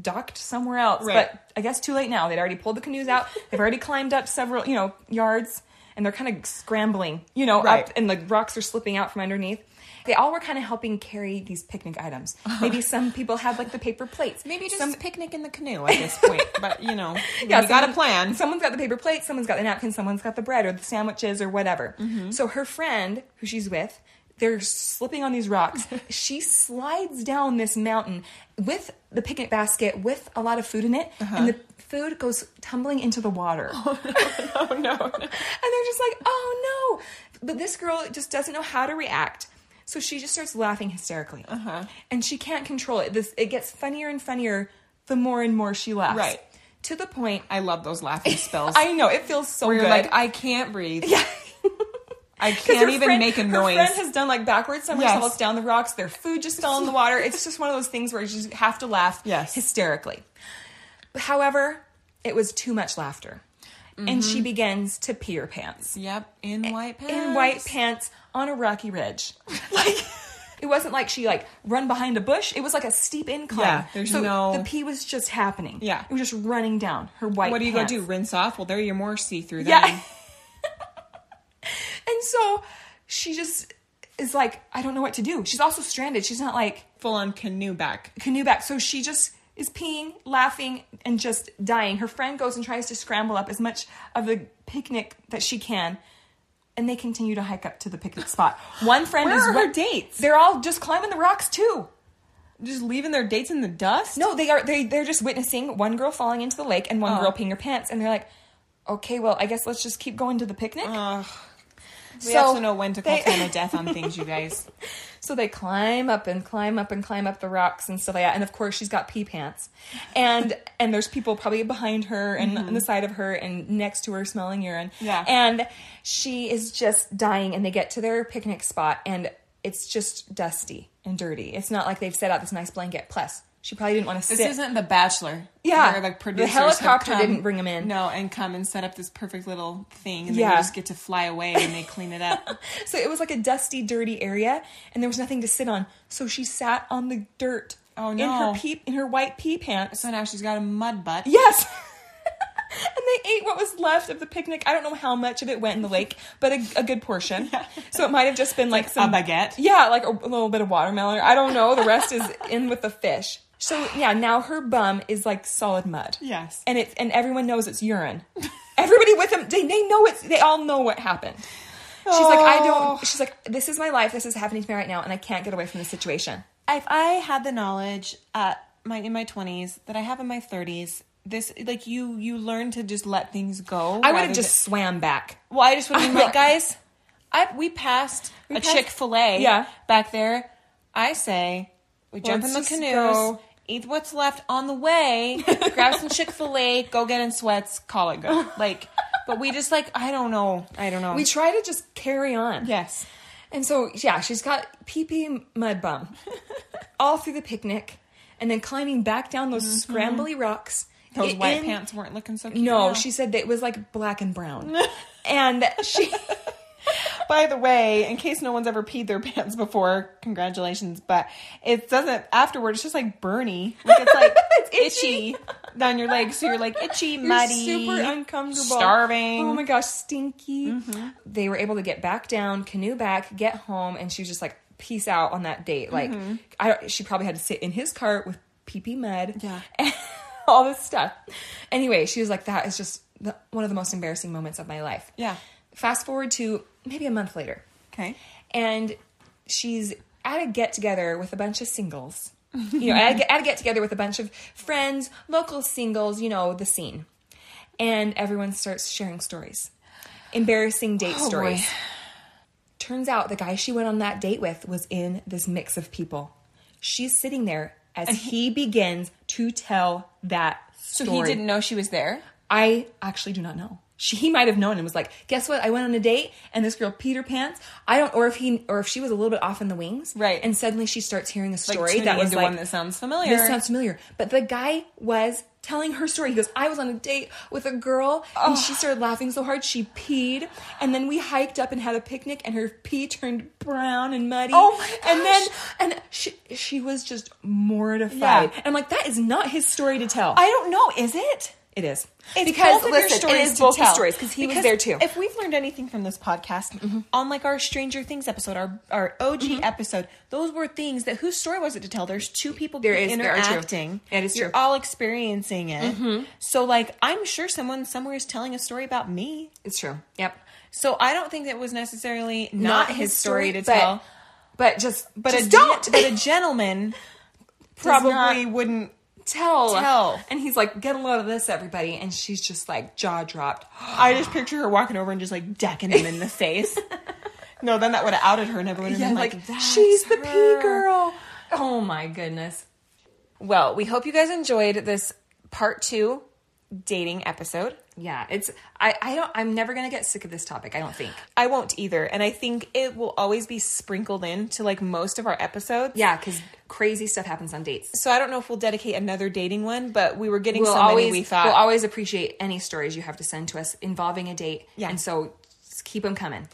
[SPEAKER 2] docked somewhere else.
[SPEAKER 1] Right.
[SPEAKER 2] But I guess too late now. They'd already pulled the canoes out. They've already climbed up several, you know, yards, and they're kind of scrambling, you know,
[SPEAKER 1] Right.
[SPEAKER 2] up, and the rocks are slipping out from underneath. They all were kind of helping carry these picnic items. Maybe some people had like the paper plates.
[SPEAKER 1] Maybe just
[SPEAKER 2] some,
[SPEAKER 1] picnic in the canoe at this point. but you know,
[SPEAKER 2] yeah,
[SPEAKER 1] we got a
[SPEAKER 2] someone-
[SPEAKER 1] plan.
[SPEAKER 2] Someone's got the paper plate, Mm-hmm. someone's got the napkin, someone's got the bread or the sandwiches or whatever. So her friend, who she's with, They're slipping on these rocks. she slides down this mountain with the picnic basket with a lot of food in it, and the food goes tumbling into the water.
[SPEAKER 1] Oh no.
[SPEAKER 2] And they're just like, oh no. But this girl just doesn't know how to react. So she just starts laughing hysterically. Uh-huh. And she can't control it. This it gets funnier and funnier the more and more she laughs.
[SPEAKER 1] Right.
[SPEAKER 2] To the point
[SPEAKER 1] I love those laughing spells.
[SPEAKER 2] I know, it feels so
[SPEAKER 1] Where
[SPEAKER 2] good.
[SPEAKER 1] you're like, I can't breathe.
[SPEAKER 2] yeah.
[SPEAKER 1] I
[SPEAKER 2] 'Cause
[SPEAKER 1] can't
[SPEAKER 2] her
[SPEAKER 1] even
[SPEAKER 2] friend-
[SPEAKER 1] make a
[SPEAKER 2] Her
[SPEAKER 1] noise.
[SPEAKER 2] friend has done like backwards somersaults
[SPEAKER 1] Yes.
[SPEAKER 2] down the rocks. Their food just fell in the water. It's just one of those things where you just have to laugh
[SPEAKER 1] Yes.
[SPEAKER 2] hysterically. However, it was too much laughter. And
[SPEAKER 1] Mm-hmm.
[SPEAKER 2] she begins to pee her pants.
[SPEAKER 1] yep, in white pants.
[SPEAKER 2] in white pants on a rocky ridge. Like it wasn't like she like run behind a bush. It was like a steep incline.
[SPEAKER 1] Yeah, there's
[SPEAKER 2] so
[SPEAKER 1] no-
[SPEAKER 2] the pee was just happening.
[SPEAKER 1] Yeah.
[SPEAKER 2] it was just running down her white.
[SPEAKER 1] What are you
[SPEAKER 2] pants.
[SPEAKER 1] gonna do? Rinse off? Well, there you're more see through.
[SPEAKER 2] Yeah. and so she just is like, I don't know what to do. She's also stranded. She's not like
[SPEAKER 1] full on canoe back.
[SPEAKER 2] canoe back. So she just is peeing, laughing, and just dying. Her friend goes and tries to scramble up as much of the picnic that she can. And they continue to hike up to the picnic spot. One friend
[SPEAKER 1] Where
[SPEAKER 2] is
[SPEAKER 1] are her
[SPEAKER 2] wa-
[SPEAKER 1] dates?
[SPEAKER 2] They're all just climbing the rocks too.
[SPEAKER 1] Just leaving their dates in the dust.
[SPEAKER 2] No, they are they they're just witnessing one girl falling into the lake and one
[SPEAKER 1] Oh.
[SPEAKER 2] girl peeing her pants, and they're like, okay, well, I guess let's just keep going to the picnic.
[SPEAKER 1] Ugh. we
[SPEAKER 2] So
[SPEAKER 1] have to know when to call
[SPEAKER 2] they-
[SPEAKER 1] time of death on things, you guys.
[SPEAKER 2] So they climb up and climb up and climb up the rocks and stuff like that. And of course, she's got pee pants, and and there's people probably behind her and on the side of her and next to her smelling urine.
[SPEAKER 1] Mm-hmm. Yeah.
[SPEAKER 2] and she is just dying. And they get to their picnic spot, and it's just dusty and dirty. It's not like they've set out this nice blanket. Plus, she probably didn't want to
[SPEAKER 1] This
[SPEAKER 2] sit.
[SPEAKER 1] isn't The Bachelor.
[SPEAKER 2] Yeah.
[SPEAKER 1] where, like
[SPEAKER 2] The
[SPEAKER 1] producers
[SPEAKER 2] helicopter
[SPEAKER 1] have come-
[SPEAKER 2] didn't bring 'em in.
[SPEAKER 1] No, and come and set up this perfect little thing, and then
[SPEAKER 2] Yeah.
[SPEAKER 1] you just get to fly away, and they clean it up.
[SPEAKER 2] So it was like a dusty, dirty area, and there was nothing to sit on. So she sat on the dirt.
[SPEAKER 1] Oh,
[SPEAKER 2] In
[SPEAKER 1] no.
[SPEAKER 2] her pee, in her white pee pants.
[SPEAKER 1] so now she's got a mud butt.
[SPEAKER 2] Yes. and they ate what was left of the picnic. I don't know how much of it went in the lake, but a, a good portion. So it might have just been like,
[SPEAKER 1] a
[SPEAKER 2] some
[SPEAKER 1] baguette.
[SPEAKER 2] yeah, like a, a little bit of watermelon. I don't know. The rest is in with the fish. So yeah, now her bum is like solid mud.
[SPEAKER 1] Yes.
[SPEAKER 2] And it's and everyone knows it's urine. Everybody with them, they, they know it's. They all know what happened. She's like, I
[SPEAKER 1] Oh.
[SPEAKER 2] don't. She's like, this is my life. This is happening to me right now, and I can't get away from this situation.
[SPEAKER 1] if I had the knowledge at my in my twenties that I have in my thirties, this like you you learn to just let things go.
[SPEAKER 2] I would
[SPEAKER 1] rather
[SPEAKER 2] have just swam back.
[SPEAKER 1] than- well, I just would have been like, guys, I we passed a
[SPEAKER 2] passed-
[SPEAKER 1] Chick Fil A
[SPEAKER 2] Yeah.
[SPEAKER 1] back there. I say we jump in the
[SPEAKER 2] Let's just
[SPEAKER 1] canoes.
[SPEAKER 2] go.
[SPEAKER 1] Eat what's left on the way. grab some Chick Fil A. Go get in sweats. Call it good. Like, but we just like I don't know. I don't know.
[SPEAKER 2] We try to just carry on.
[SPEAKER 1] yes.
[SPEAKER 2] And so, yeah, she's got pee pee mud bum all through the picnic and then climbing back down those scrambly rocks.
[SPEAKER 1] Mm-hmm. Those
[SPEAKER 2] i-
[SPEAKER 1] white
[SPEAKER 2] in-
[SPEAKER 1] pants weren't looking so cute.
[SPEAKER 2] No,
[SPEAKER 1] now.
[SPEAKER 2] she said that it was like black and brown. and she,
[SPEAKER 1] By the way, in case no one's ever peed their pants before, congratulations. But it doesn't afterward. It's just like Bernie. Like it's like
[SPEAKER 2] It's
[SPEAKER 1] itchy. down your legs, so you're like itchy,
[SPEAKER 2] you're
[SPEAKER 1] muddy,
[SPEAKER 2] super uncomfortable.
[SPEAKER 1] starving. Mm-hmm.
[SPEAKER 2] Oh my gosh, stinky. They were able to get back down, canoe back, get home, and she was just like, peace out on that date. Like,
[SPEAKER 1] Mm-hmm.
[SPEAKER 2] I don't, she probably had to sit in his cart with pee pee mud.
[SPEAKER 1] Yeah.
[SPEAKER 2] and all this stuff. Anyway, she was like, that is just the, one of the most embarrassing moments of my life.
[SPEAKER 1] Yeah.
[SPEAKER 2] Fast forward to maybe a month later,
[SPEAKER 1] Okay.
[SPEAKER 2] and she's at a get together with a bunch of singles. You know, at a, get- at a get together with a bunch of friends, local singles, you know, the scene. And everyone starts sharing stories, embarrassing date
[SPEAKER 1] Oh, boy.
[SPEAKER 2] stories. Turns out the guy she went on that date with was in this mix of people. She's sitting there as he begins to tell that
[SPEAKER 1] So
[SPEAKER 2] story.
[SPEAKER 1] he didn't know she was there.
[SPEAKER 2] I actually do not know. She, he might have known and was like, "Guess what? I went on a date and this girl peed her pants." I don't, or if he, or if she was a little bit off in the wings,
[SPEAKER 1] Right.
[SPEAKER 2] And suddenly she starts hearing a
[SPEAKER 1] Like,
[SPEAKER 2] story
[SPEAKER 1] tuning
[SPEAKER 2] that was
[SPEAKER 1] into
[SPEAKER 2] like,
[SPEAKER 1] one that sounds familiar.
[SPEAKER 2] "This sounds familiar," but the guy was telling her story. He goes, "I was on a date with a girl and she started laughing so hard she peed, and then we hiked up and had a picnic and her pee turned brown and muddy.
[SPEAKER 1] Oh my
[SPEAKER 2] And then and she she was just mortified.
[SPEAKER 1] Yeah.
[SPEAKER 2] And I'm like, that is not his story to tell.
[SPEAKER 1] I don't know. Is it?
[SPEAKER 2] It is
[SPEAKER 1] It's
[SPEAKER 2] because
[SPEAKER 1] both of
[SPEAKER 2] listen,
[SPEAKER 1] your stories
[SPEAKER 2] it is
[SPEAKER 1] to
[SPEAKER 2] both his
[SPEAKER 1] tell.
[SPEAKER 2] stories because he was
[SPEAKER 1] Because
[SPEAKER 2] there too. Mm-hmm.
[SPEAKER 1] If we've learned anything from this podcast, on like our Stranger Things episode, our our OG episode, those were things that whose story was it to tell? There's two people
[SPEAKER 2] There is- there are two.
[SPEAKER 1] interacting.
[SPEAKER 2] That is
[SPEAKER 1] You're
[SPEAKER 2] true. Mm-hmm.
[SPEAKER 1] all experiencing it. So like, I'm sure someone somewhere is telling a story about me.
[SPEAKER 2] it's true. Yep,
[SPEAKER 1] So I don't think that was necessarily not,
[SPEAKER 2] not,
[SPEAKER 1] his story to
[SPEAKER 2] but
[SPEAKER 1] tell.
[SPEAKER 2] But just, but
[SPEAKER 1] But
[SPEAKER 2] just
[SPEAKER 1] a gen-
[SPEAKER 2] don't.
[SPEAKER 1] but a gentleman probably wouldn't.
[SPEAKER 2] tell.
[SPEAKER 1] Tell.
[SPEAKER 2] And he's like, get a load of this, everybody. And she's just like jaw dropped.
[SPEAKER 1] I just picture her walking over and just like decking him in the face. no, then that would have outed her, and everyone would have
[SPEAKER 2] Yeah,
[SPEAKER 1] been
[SPEAKER 2] like,
[SPEAKER 1] like,
[SPEAKER 2] "That's
[SPEAKER 1] "She's the
[SPEAKER 2] her."
[SPEAKER 1] pea girl."
[SPEAKER 2] Oh my goodness.
[SPEAKER 1] Well, we hope you guys enjoyed this part two dating episode.
[SPEAKER 2] Yeah, it's I, I don't I'm never gonna get sick of this topic, I don't think.
[SPEAKER 1] I won't either, and I think it will always be sprinkled in to like most of our episodes.
[SPEAKER 2] Yeah, because crazy stuff happens on dates.
[SPEAKER 1] So I don't know if we'll dedicate another dating one, but we were getting
[SPEAKER 2] We'll
[SPEAKER 1] so
[SPEAKER 2] always
[SPEAKER 1] many. We thought
[SPEAKER 2] we'll always appreciate any stories you have to send to us involving a date.
[SPEAKER 1] Yeah.
[SPEAKER 2] And so just keep them coming.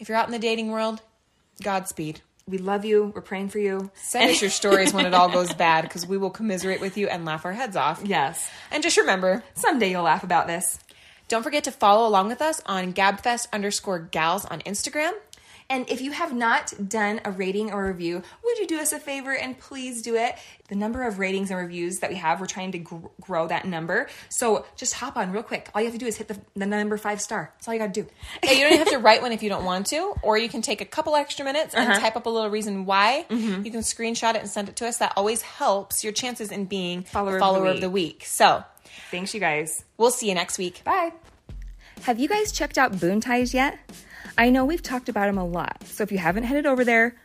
[SPEAKER 1] if you're out in the dating world, Godspeed.
[SPEAKER 2] We love you. We're praying for you.
[SPEAKER 1] Send us your stories when it all goes bad because we will commiserate with you and laugh our heads off.
[SPEAKER 2] Yes.
[SPEAKER 1] And just remember,
[SPEAKER 2] Someday you'll laugh about this.
[SPEAKER 1] don't forget to follow along with us on GabFest underscore gals on Instagram.
[SPEAKER 2] And if you have not done a rating or review, would you do us a favor and please do it? The number of ratings and reviews that we have, we're trying to gr- grow that number. So just hop on real quick. All you have to do is hit the, the number five star. That's all you got to do.
[SPEAKER 1] Yeah, you don't even have to write one if you don't want to, or you can take a couple extra minutes and type up a little reason why. You can screenshot it and send it to us. That always helps your chances in being follower,
[SPEAKER 2] Follower of the
[SPEAKER 1] follower of the week. So
[SPEAKER 2] Thanks, you guys.
[SPEAKER 1] we'll see you next week.
[SPEAKER 2] Bye. Have you guys checked out Boon Ties yet? I know we've talked about them a lot, so if you haven't headed over there,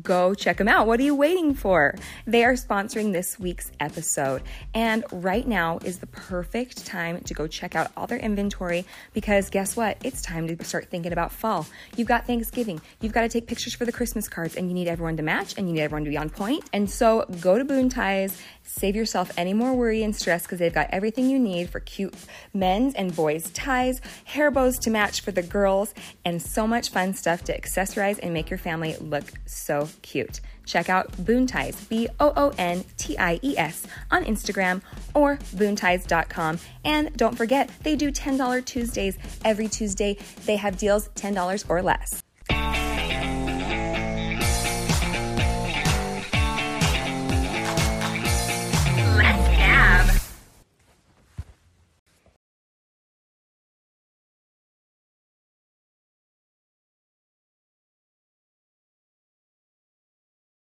[SPEAKER 2] go check them out. What are you waiting for? They are sponsoring this week's episode, and right now is the perfect time to go check out all their inventory because guess what? It's time to start thinking about fall. You've got Thanksgiving, you've got to take pictures for the Christmas cards, and you need everyone to match and you need everyone to be on point. And so go to Boon Ties, save yourself any more worry and stress because they've got everything you need for cute men's and boys' ties, hair bows to match for the girls, and so much fun stuff to accessorize and make your family look so cute. Check out Boon Ties, B O O N T I E S, on Instagram or boonties.com. And don't forget, they do $10 Tuesdays every Tuesday. They have deals $10 or less.